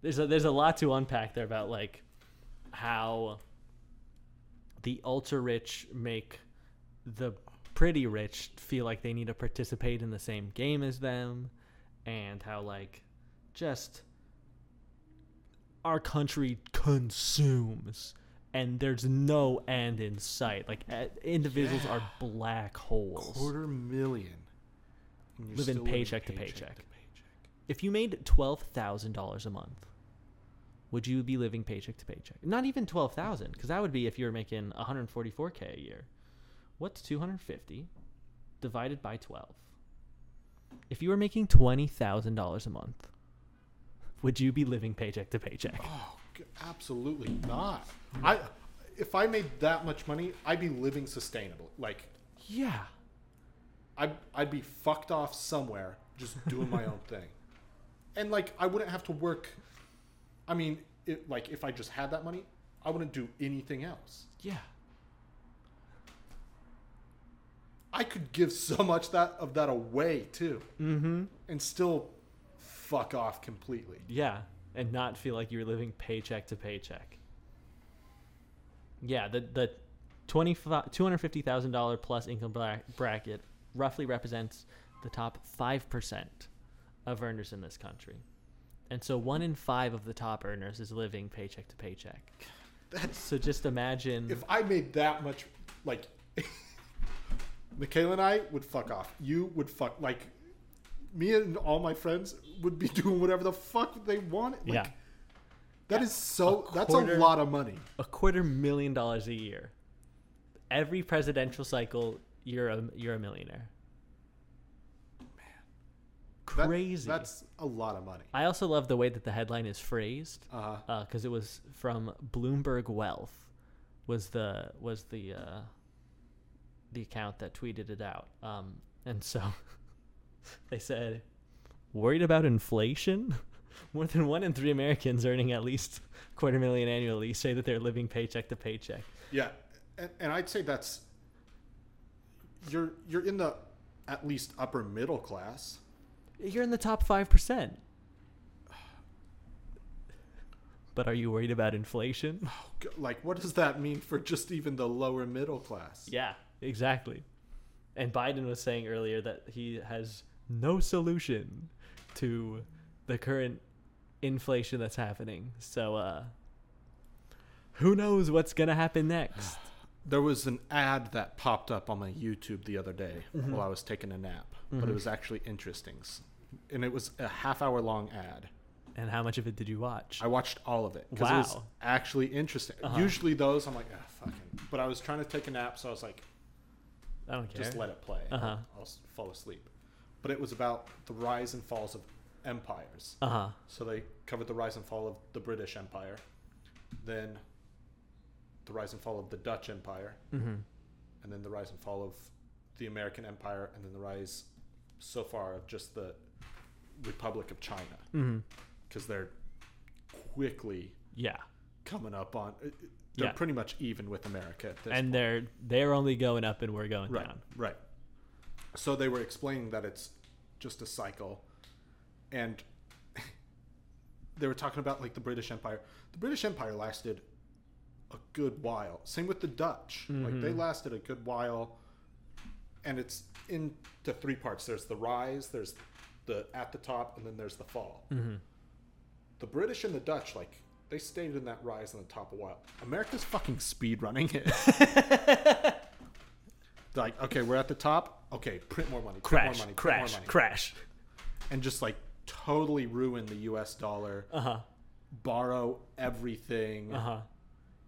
there's a there's a lot to unpack there about like how the ultra rich make the pretty rich feel like they need to participate in the same game as them and how like just our country consumes and there's no end in sight like eh, individuals are black holes quarter million and you're Living still paycheck to paycheck. to paycheck. If you made twelve thousand dollars a month, would you be living paycheck to paycheck? Not even twelve thousand, because that would be if you were making one hundred forty-four k a year. What's two hundred fifty divided by twelve? If you were making twenty thousand dollars a month, would you be living paycheck to paycheck? Oh, g- absolutely not. I if I made that much money, I'd be living sustainable. Like Yeah, I I'd be fucked off somewhere just doing my [laughs] own thing. And like I wouldn't have to work I mean, it, like if I just had that money, I wouldn't do anything else. yeah, I could give so much that of that away too. Mhm. Mm-hmm. And still fuck off completely. yeah, and not feel like you're living paycheck to paycheck. Yeah, the the twenty five two hundred fifty thousand dollar plus income bra- bracket roughly represents the top five percent of earners in this country, and so one in five of the top earners is living paycheck to paycheck. That's So just imagine. if I made that much like [laughs] Michaela and I would fuck off. You would fuck like me and all my friends would be [laughs] doing whatever the fuck they wanted. Like, yeah, that is so. A that's a quarter- lot of money. a quarter million dollars a year. Every presidential cycle, you're a you're a millionaire. That- Crazy. that's a lot of money. I also love the way that the headline is phrased Uh, because it was from Bloomberg Wealth was the was the uh, the account that tweeted it out, um, and so [laughs] they said, "Worried about inflation? [laughs] More than one in three Americans earning at least a quarter million annually say that they're living paycheck to paycheck." yeah, and, and I'd say that's you're you're in the at least upper middle class. You're in the top five percent. [sighs] But are you worried about inflation? [laughs] G- Like, what does that mean for just even the lower middle class? Yeah, exactly. And Biden was saying earlier that he has no solution to the current inflation that's happening. So uh who knows what's going to happen [sighs] next? There was an ad that popped up on my YouTube the other day while I was taking a nap, but it was actually interesting. S- And it was a half hour long ad. And how much of it did you watch? I watched all of it because it was Wow. Uh-huh. actually interesting. Usually those I'm like, ah, fucking. But I was trying to take a nap, so I was like, I don't care. just let it play. Uh-huh. I'll s- fall asleep. But it was about the rise and falls of empires. uh-huh. So they covered the rise and fall of the British Empire, then the rise and fall of the Dutch Empire, Mhm. and then the rise and fall of the American Empire, and then the rise so far of just the Republic of China Mhm. because they're quickly Yeah. coming up on. it- it- They're Yeah. pretty much even with America at this And point. they're they're only going up and we're going right, down. right. So they were explaining that it's just a cycle, and [laughs] they were talking about like the British Empire. The British Empire lasted a good while. Same with the Dutch. Like Mm-hmm. they lasted a good while. And it's into three parts. There's the rise, there's the at the top, and then there's the fall. Mm-hmm. The British and the Dutch, like, they stayed in that rise and the top a while. America's fucking speed running it. [laughs] like, okay, we're at the top. Okay, print more money. Print more Crash, money, print crash, more money. crash. and just like totally ruin the U.S. dollar. Uh-huh. Borrow everything. Uh-huh.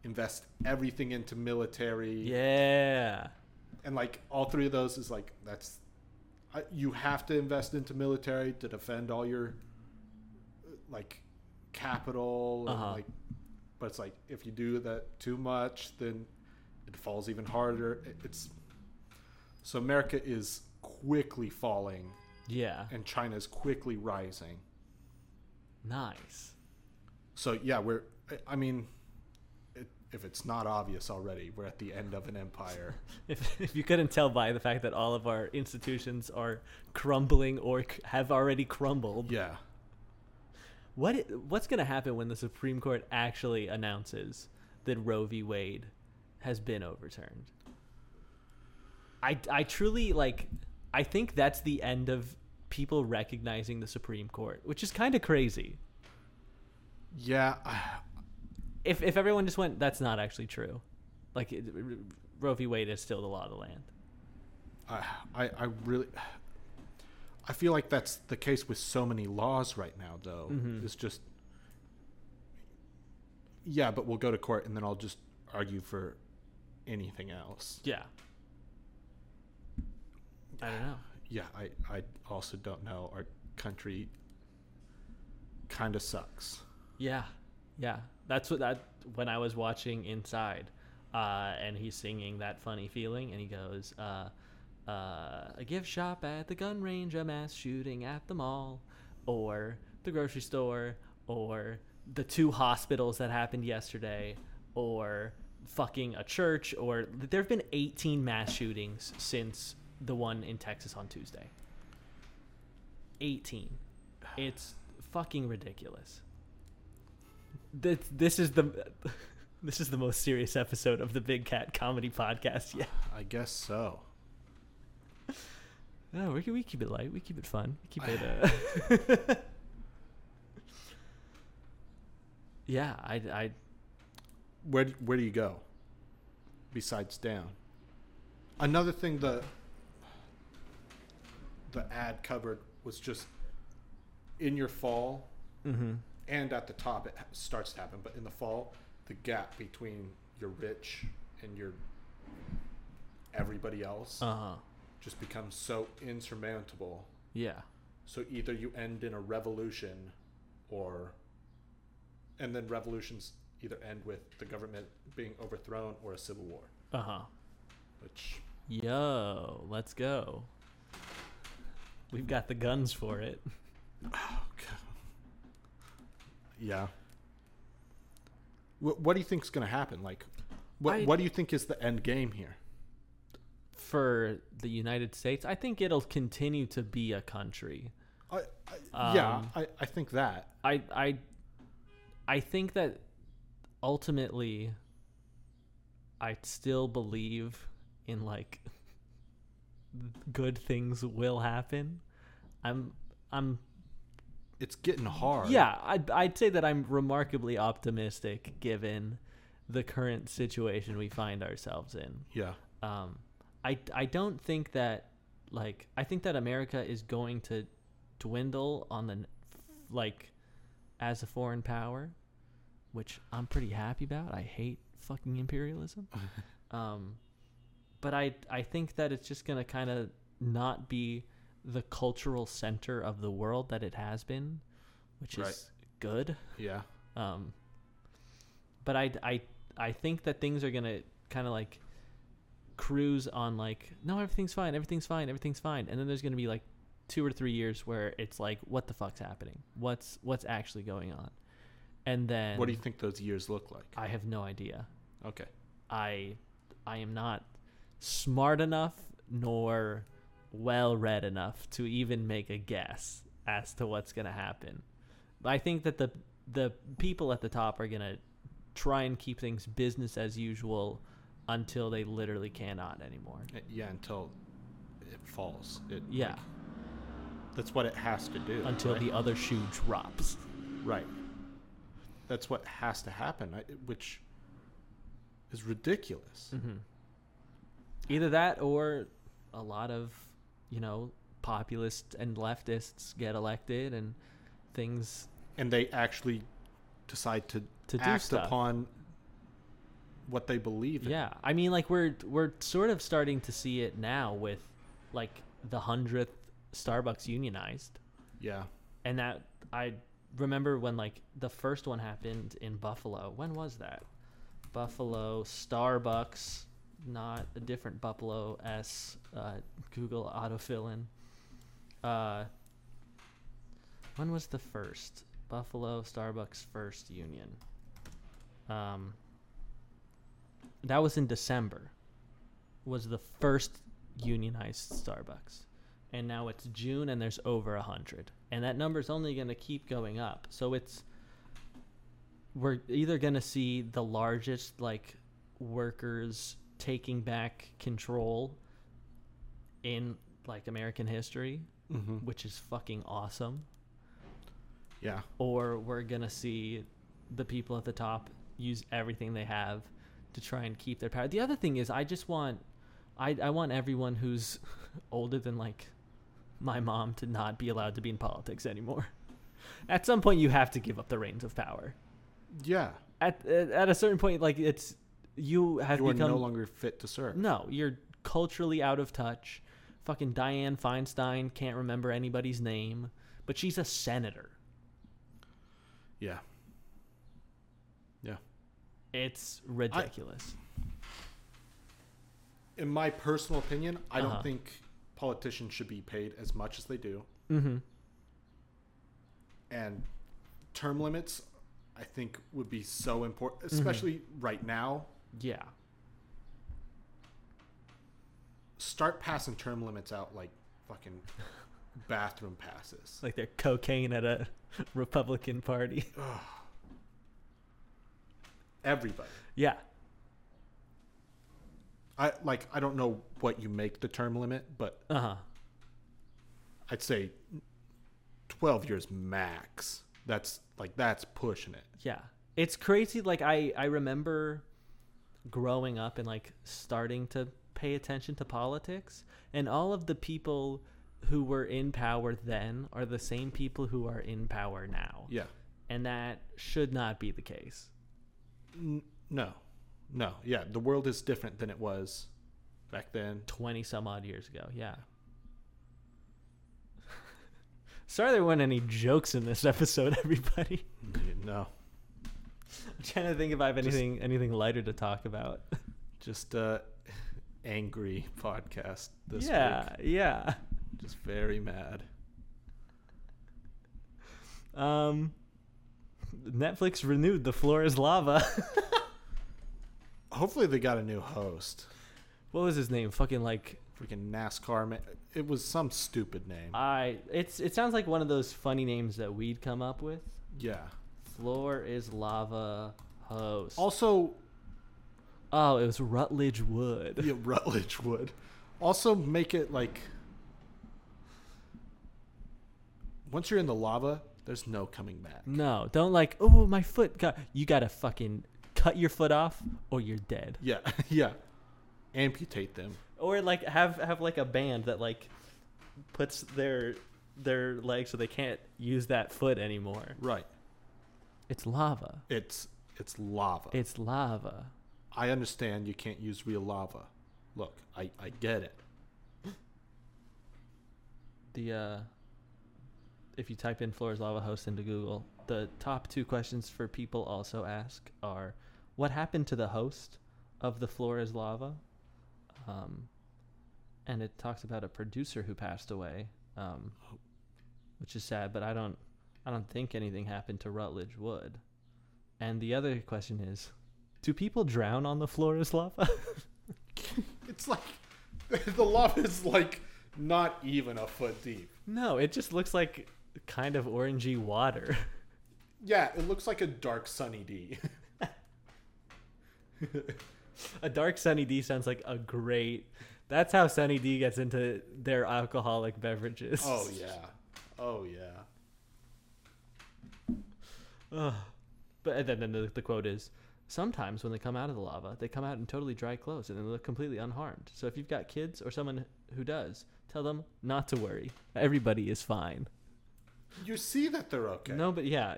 Invest everything into military. Yeah. and like all three of those is like that's I, you have to invest into military to defend all your uh, like capital and Uh-huh. like but it's like if you do that too much then it falls even harder It- it's so america is quickly falling Yeah. and china is quickly rising Nice. so yeah we're I- i mean it, if it's not obvious already we're at the end of an empire If, if you couldn't tell by the fact that all of our institutions are crumbling or c- have already crumbled, yeah what i- what's going to happen when the Supreme Court actually announces that Roe v. Wade has been overturned? I, I truly like I think that's the end of people recognizing the Supreme Court, which is kind of crazy. yeah I- If if everyone just went, that's not actually true. Like it, Roe v. Wade is still the law of the land. I, I I really, I feel like that's the case with so many laws right now, though. It's just, yeah, but we'll go to court and then I'll just argue for anything else. Yeah. I don't know. Yeah, I, I also don't know. Our country kind of sucks. Yeah, yeah. That's what that when I was watching Inside, uh, and he's singing that funny feeling, and he goes, uh, uh, "A gift shop at the gun range, a mass shooting at the mall, or the grocery store, or the two hospitals that happened yesterday, or fucking a church, or there have been 18 mass shootings since the one in Texas on Tuesday. 18. It's fucking ridiculous." This, this is the [laughs] this is the most serious episode of the Big Cat Comedy Podcast yet. I guess so. No, we, we keep it light. We keep it fun. We keep it. [laughs] Uh... yeah, I, I where d- where do you go besides down? Another thing the the ad covered was just in your fall Mm-hmm. and at the top it ha- starts to happen, but in the fall the gap between your rich and your everybody else Uh huh. just becomes so insurmountable. Yeah. So either you end in a revolution or and then revolutions either end with the government being overthrown or a civil war, Uh huh. which Yo, let's go. We've got the guns for it. [laughs] yeah. What, what do you think's going to happen? Like what I- what do you think is the end game here? For the United States, I think it'll continue to be a country. I, I, yeah, Um, I, I think that. I I I think that ultimately I still believe in like [laughs] good things will happen. I'm I'm It's getting hard. yeah, I'd, I'd say that I'm remarkably optimistic given the current situation we find ourselves in. Yeah. um, I I don't think that like I think that America is going to dwindle on the n- like as a foreign power, which I'm pretty happy about. I hate fucking imperialism, um, but I I think that it's just gonna kind of not be the cultural center of the world that it has been, which Right. is good. Yeah. Um, but I, I, I think that things are gonna kind of like cruise on like no everything's fine everything's fine everything's fine and then there's gonna be like two or three years where it's like what the fuck's happening what's what's actually going on and then what do you think those years look like? I have no idea okay. I I am not smart enough nor well read enough to even make a guess as to what's going to happen. But I think that the the people at the top are going to try and keep things business as usual until they literally cannot anymore. Uh, Yeah, until it falls. It, Yeah, like, that's what it has to do. until right? the other shoe drops. Right. That's what has to happen, I- which is ridiculous. Mm. Either that or a lot of, you know, populists and leftists get elected and things And they actually decide to, To do act stuff. upon what they believe in. Yeah, I mean, like we're we're sort of starting to see it now with like the hundredth Starbucks unionized, Yeah. and that I remember when like the first one happened in Buffalo. When was that? Buffalo Starbucks, not a different Buffalo S. Uh, Google autofillin. Uh, when was the first Buffalo Starbucks first union? Um, that was in December. Was the first unionized Starbucks, and now it's June, and there's over a hundred, and that number's only going to keep going up. So it's we're either going to see the largest like workers taking back control in like American history, hmm which is fucking awesome Yeah. or we're gonna see the people at the top use everything they have to try and keep their power. The other thing is, I just want, I I want everyone who's [laughs] older than like my mom to not be allowed to be in politics anymore. [laughs] At some point, you have to give up the reins of power. Yeah. At at at a certain point, like it's you have You are become no longer fit to serve. no, you're culturally out of touch. Fucking Diane Feinstein can't remember anybody's name, but she's a senator. Yeah. Yeah. It's ridiculous. In my personal opinion, I Uh-huh. don't think politicians should be paid as much as they do. mm-hmm. and term limits i think would be so important especially right now Yeah. start passing term limits out like fucking bathroom passes Like they're cocaine at a [laughs] Republican party. [laughs] everybody yeah. i like i don't know what you make the term limit but Uh huh. i'd say 12 years max that's like that's pushing it Yeah. it's crazy like i i remember growing up and like starting to pay attention to politics and all of the people who were in power then are the same people who are in power now Yeah. and that should not be the case N- no. No. Yeah. The world is different than it was back then. 20 some odd years ago yeah [laughs] sorry there weren't any jokes in this episode [laughs] everybody No. i'm trying to think if i have anything anything lighter to talk about Just uh [laughs] angry podcast [laughs] this yeah week. yeah Just very mad. um netflix renewed the floor is lava [laughs] Hopefully they got a new host. what was his name fucking like Freaking NASCAR man. It was some stupid name. I it's it sounds like one of those funny names that we'd come up with. yeah. Floor is lava host. Also, oh, it was Rutledge Wood. yeah, [laughs] Rutledge would. Also, make it like once you're in the lava, there's no coming back. No, don't like. Oh, my foot got. You gotta fucking cut your foot off, or you're dead. Yeah, [laughs] yeah. Amputate them. Or like have have like a band that like puts their their leg so they can't use that foot anymore. Right. It's lava. It's it's lava. It's lava. I understand you can't use real lava. Look, I I get it. the uh, if you type in Flores Lava Host into Google, the top two questions for people also ask are what happened to the host of the Flores Lava? Um, and it talks about a producer who passed away, um, which is sad, but I don't I don't think anything happened to Rutledge Wood. And the other question is, do people drown on the Flores Lava? [laughs] It's like [laughs] the lava is like not even a foot deep. no, it just looks like kind of orangey water. [laughs] Yeah, it looks like a dark sunny D. [laughs] A dark Sunny D sounds like a great. That's how Sunny D gets into their alcoholic beverages. [laughs] oh yeah. Oh yeah. Ugh. But then, then the, the quote is sometimes when they come out of the lava, they come out in totally dry clothes and they look completely unharmed. So if you've got kids or someone who does, tell them not to worry. Everybody is fine. You see that they're okay. [laughs] No, but yeah.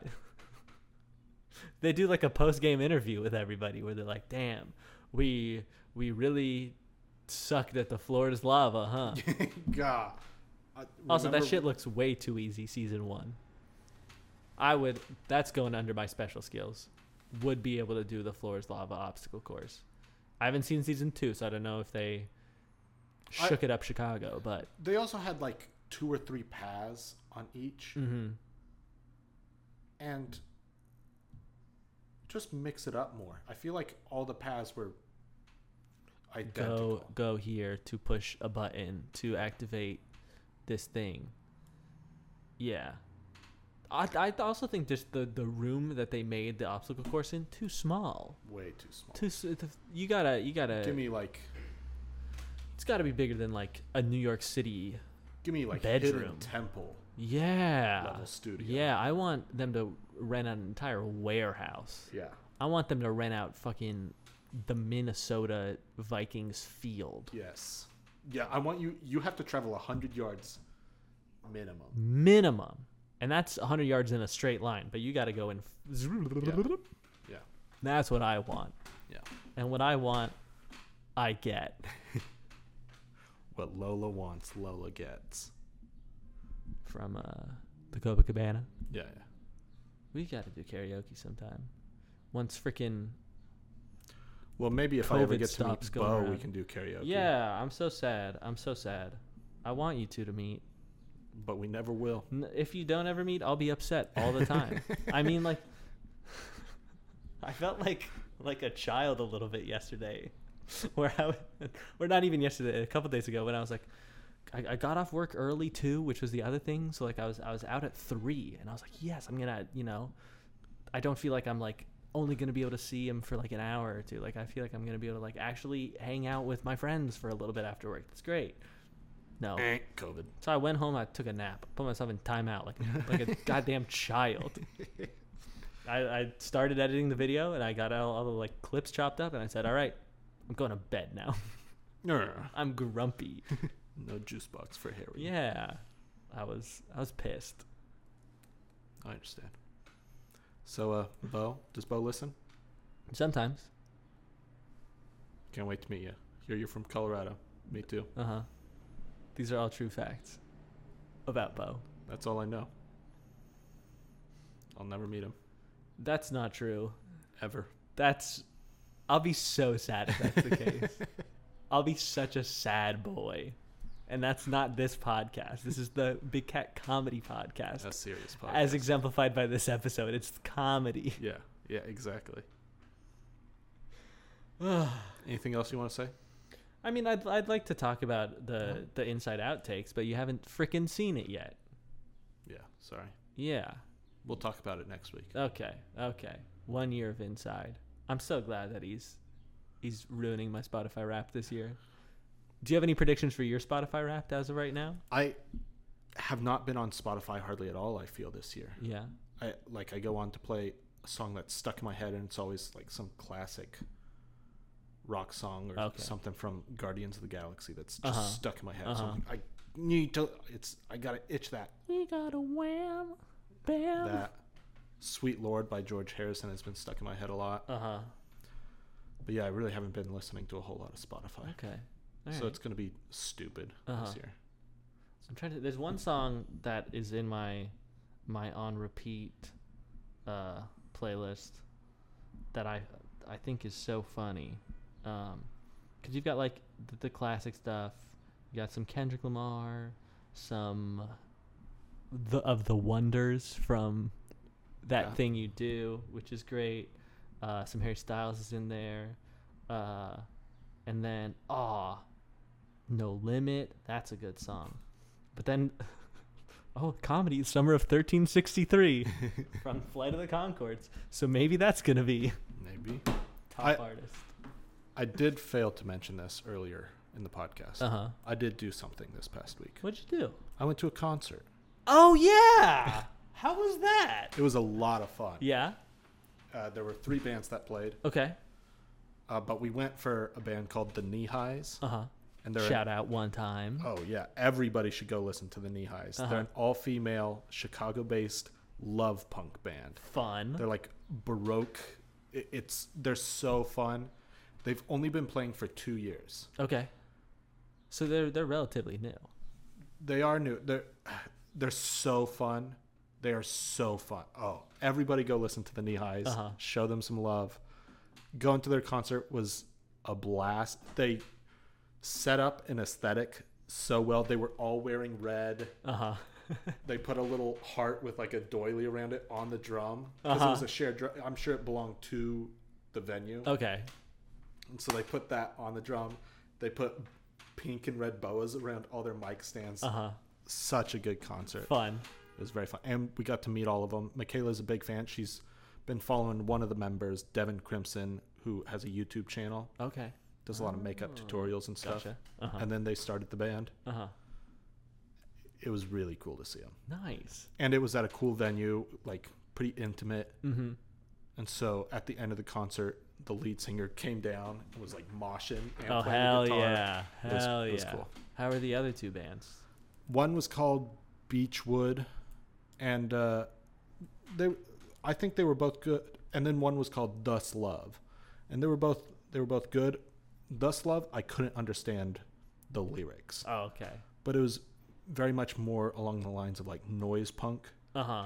[laughs] they do like a post game interview with everybody where they're like, damn, we, we really sucked at the Florida's lava, huh? God. I Also, that remember- shit looks way too easy season one. I would. That's going under my special skills. Would be able to do the floors lava obstacle course. I haven't seen season two, so I don't know if they I- shook it up Chicago, but They also had like two or three paths on each, mm-hmm. and just mix it up more. I feel like all the paths were go identical. go here to push a button to activate this thing. Yeah. I, I also think just the, the room that they made the obstacle course in too small. Way too small. Too s- you gotta you gotta give me like, It's got to be bigger than like a New York City. give me like Bedroom. hidden temple Yeah. level studio. Yeah, I want them to rent out an entire warehouse. yeah. I want them to rent out fucking the Minnesota Vikings field. Yes. Yeah. I want you. You have to travel hundred yards minimum. Minimum. And that's 100 yards in a straight line, but you got to go in. Yeah. That's what I want. Yeah. And what I want, I get. What Lola wants, Lola gets. From uh, the Copacabana. Yeah. yeah. We got to do karaoke sometime. Once freaking Well, maybe if I ever COVID get to stops meet Bo, going we around. can do karaoke. Yeah, I'm so sad. I'm so sad. I want you two to meet. But we never will. N- If you don't ever meet, I'll be upset all the time. I mean, like, [laughs] I felt like like a child a little bit yesterday, [laughs] where I, w- or not even yesterday, a couple days ago, when I was like, I, I got off work early too, which was the other thing. So like, I was I was out at three, and I was like, yes, I'm gonna, you know, I don't feel like I'm like only gonna be able to see him for like an hour or two. Like, I feel like I'm gonna be able to like actually hang out with my friends for a little bit after work. That's great. No, Eh, COVID. so I went home. I took a nap. Put myself in timeout like like a goddamn child. I, I started editing the video and I got all, all the like clips chopped up and I said, "All right, I'm going to bed now. [laughs] No, no, no. I'm grumpy." No juice box for Harry. yeah, I was I was pissed. I understand. So, uh, Bo, does Bo listen? Sometimes, Can't wait to meet you. Hear you're from Colorado. Me too. uh huh. These are all true facts about Bo. That's all I know. I'll never meet him That's not true. ever. That's I'll be so sad if that's the case. I'll be such a sad boy. And that's not this podcast. This is the Big Cat Comedy Podcast. A serious podcast. As exemplified by this episode, it's comedy. yeah, yeah, exactly. [sighs] I Anything else you want to say? mean, I'd, I'd like to talk about the, the inside out takes, but you haven't freaking seen it yet. Yeah, sorry. Yeah. We'll talk about it next week. Okay. Okay. One year of inside. I'm so glad that he's he's ruining my Spotify rap this year. Do you have any predictions for your Spotify rap as of right now? I have not been on Spotify hardly at all, I feel, this year. Yeah. I like I go on to play a song that's stuck in my head and it's always like some classic rock song or Okay. something from Guardians of the Galaxy that's just Uh-huh. stuck in my head. So Uh-huh. I'm like, I need to it's I gotta itch that We got a wham, bam. that Sweet Lord by George Harrison has been stuck in my head a lot. Uh huh. But yeah, I really haven't been listening to a whole lot of Spotify. Okay. All so right. it's gonna be stupid Uh-huh. this year. I'm trying to. There's one song that is in my my on repeat uh, playlist that I I think is so funny. Um, cause you've got like the, the classic stuff. You got some Kendrick Lamar, some the of the Wonders from that Yeah. thing you do, which is great. Uh, some Harry Styles is in there, uh, and then ah, No Limit. That's a good song. But then, [laughs] oh, comedy, Summer of 1363 from Flight of the Concords. So maybe that's going to be Maybe. top I- artist. I did fail to mention this earlier in the podcast. Uh huh. I did do something this past week. What'd you do? I went to a concert. Oh, yeah. How was that? It was a lot of fun. Yeah. Uh, there were three bands that played, Okay. uh, but we went for a band called the Knee Highs, Uh huh. and they're Shout out one time. oh yeah, everybody should go listen to the Knee Highs. Uh-huh. They're an all-female Chicago-based love punk band. Fun. They're like baroque. I- It's they're so fun. They've only been playing for two years. Okay. So they're they're relatively new. They are new. They're they're so fun. They are so fun. Oh, everybody go listen to the Knee Highs. Uh-huh. Show them some love. Going to their concert was a blast. They set up an aesthetic so well. They were all wearing red. Uh huh. They put a little heart with like a doily around it on the drum because it was a shared drum. I'm sure it belonged to the venue. okay. And so they put that on the drum. They put pink and red boas around all their mic stands. Uh huh. Such a good concert. Fun. It was very fun. And we got to meet all of them. Michaela's a big fan. She's been following one of the members, Devin Crimson, who has a YouTube channel, Okay. does a lot of makeup tutorials and stuff. Oh. Gotcha. Uh huh. And then they started the band. Uh huh. It was really cool to see them. Nice. And it was at a cool venue, like pretty intimate. Mm-hmm. And so at the end of the concert, the lead singer came down and was like moshing and Oh playing hell the guitar. yeah! It was- Hell it was yeah! cool. How are the other two bands? One was called Beechwood, and uh, they, I think they were both good. And then one was called Thus Love, and they were both they were both good. Thus Love, I couldn't understand the lyrics, Oh okay. but it was very much more along the lines of like noise punk. Uh huh.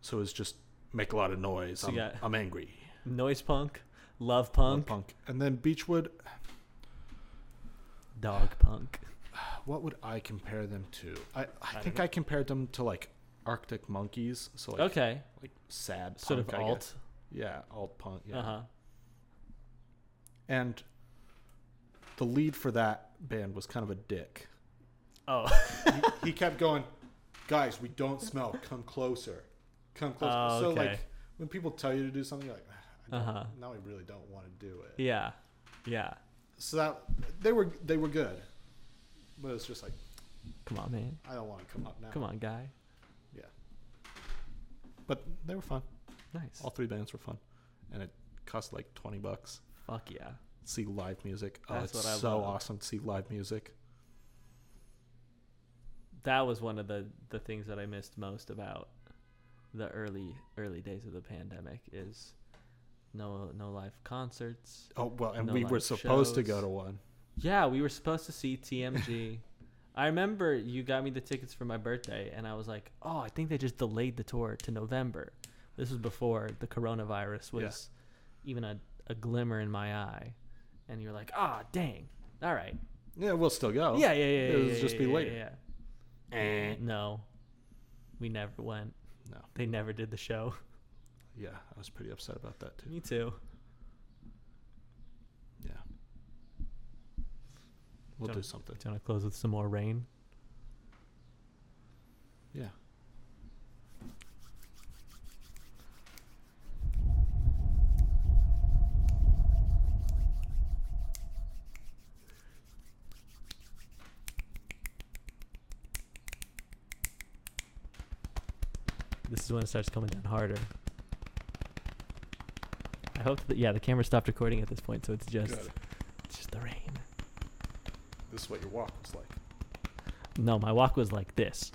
So it was just make a lot of noise. So I'm, you got- I'm angry. Noise punk, love I'm punk, punk. And then Beechwood, dog punk. what would I compare them to? I, I, don't think know. I compared them to like Arctic Monkeys. So like, Okay, like sad sort punk, of I guess. alt. Yeah, alt punk. Yeah. Uh huh. And the lead for that band was kind of a dick. Oh, He, he kept going, guys, we don't smell. Come closer. Come closer. Oh, So, okay. like, when people tell you to do something, you're like, "Ah, I don't- Uh-huh. now I really don't want to do it. [laughs] yeah, yeah. So that they were they were good, but it's just like Come on, man. I don't want to come up now. Come on, guy. Yeah. But they were fun. Nice. All three bands were fun, and it cost like twenty bucks. Fuck yeah. See live music. Oh, That's it's what I so love. awesome to see live music. That was one of the the things that I missed most about the early early days of the pandemic is no no live concerts. Oh well, and No we were live supposed to go shows. to one. Yeah, we were supposed to see [laughs] TMG. I remember you got me the tickets for my birthday, and I was like, "Oh, I think they just delayed the tour to November." This was before the coronavirus Yeah. was even a, a glimmer in my eye, and you're like, "Ah, dang! All right, Yeah, we'll still go. yeah, yeah, yeah, It'll yeah, Oh. just yeah, be yeah, later. yeah, Eh. yeah. No, we never went. No. They never did the show. Yeah, I was pretty upset about that too. me too. Yeah. We'll Don't- do something. Do you want to close with some more rain? Yeah. This is when it starts coming down harder. I hope that yeah, the camera stopped recording at this point, so it's just Good. it's just the rain. This is what your walk was like. No, my walk was like this.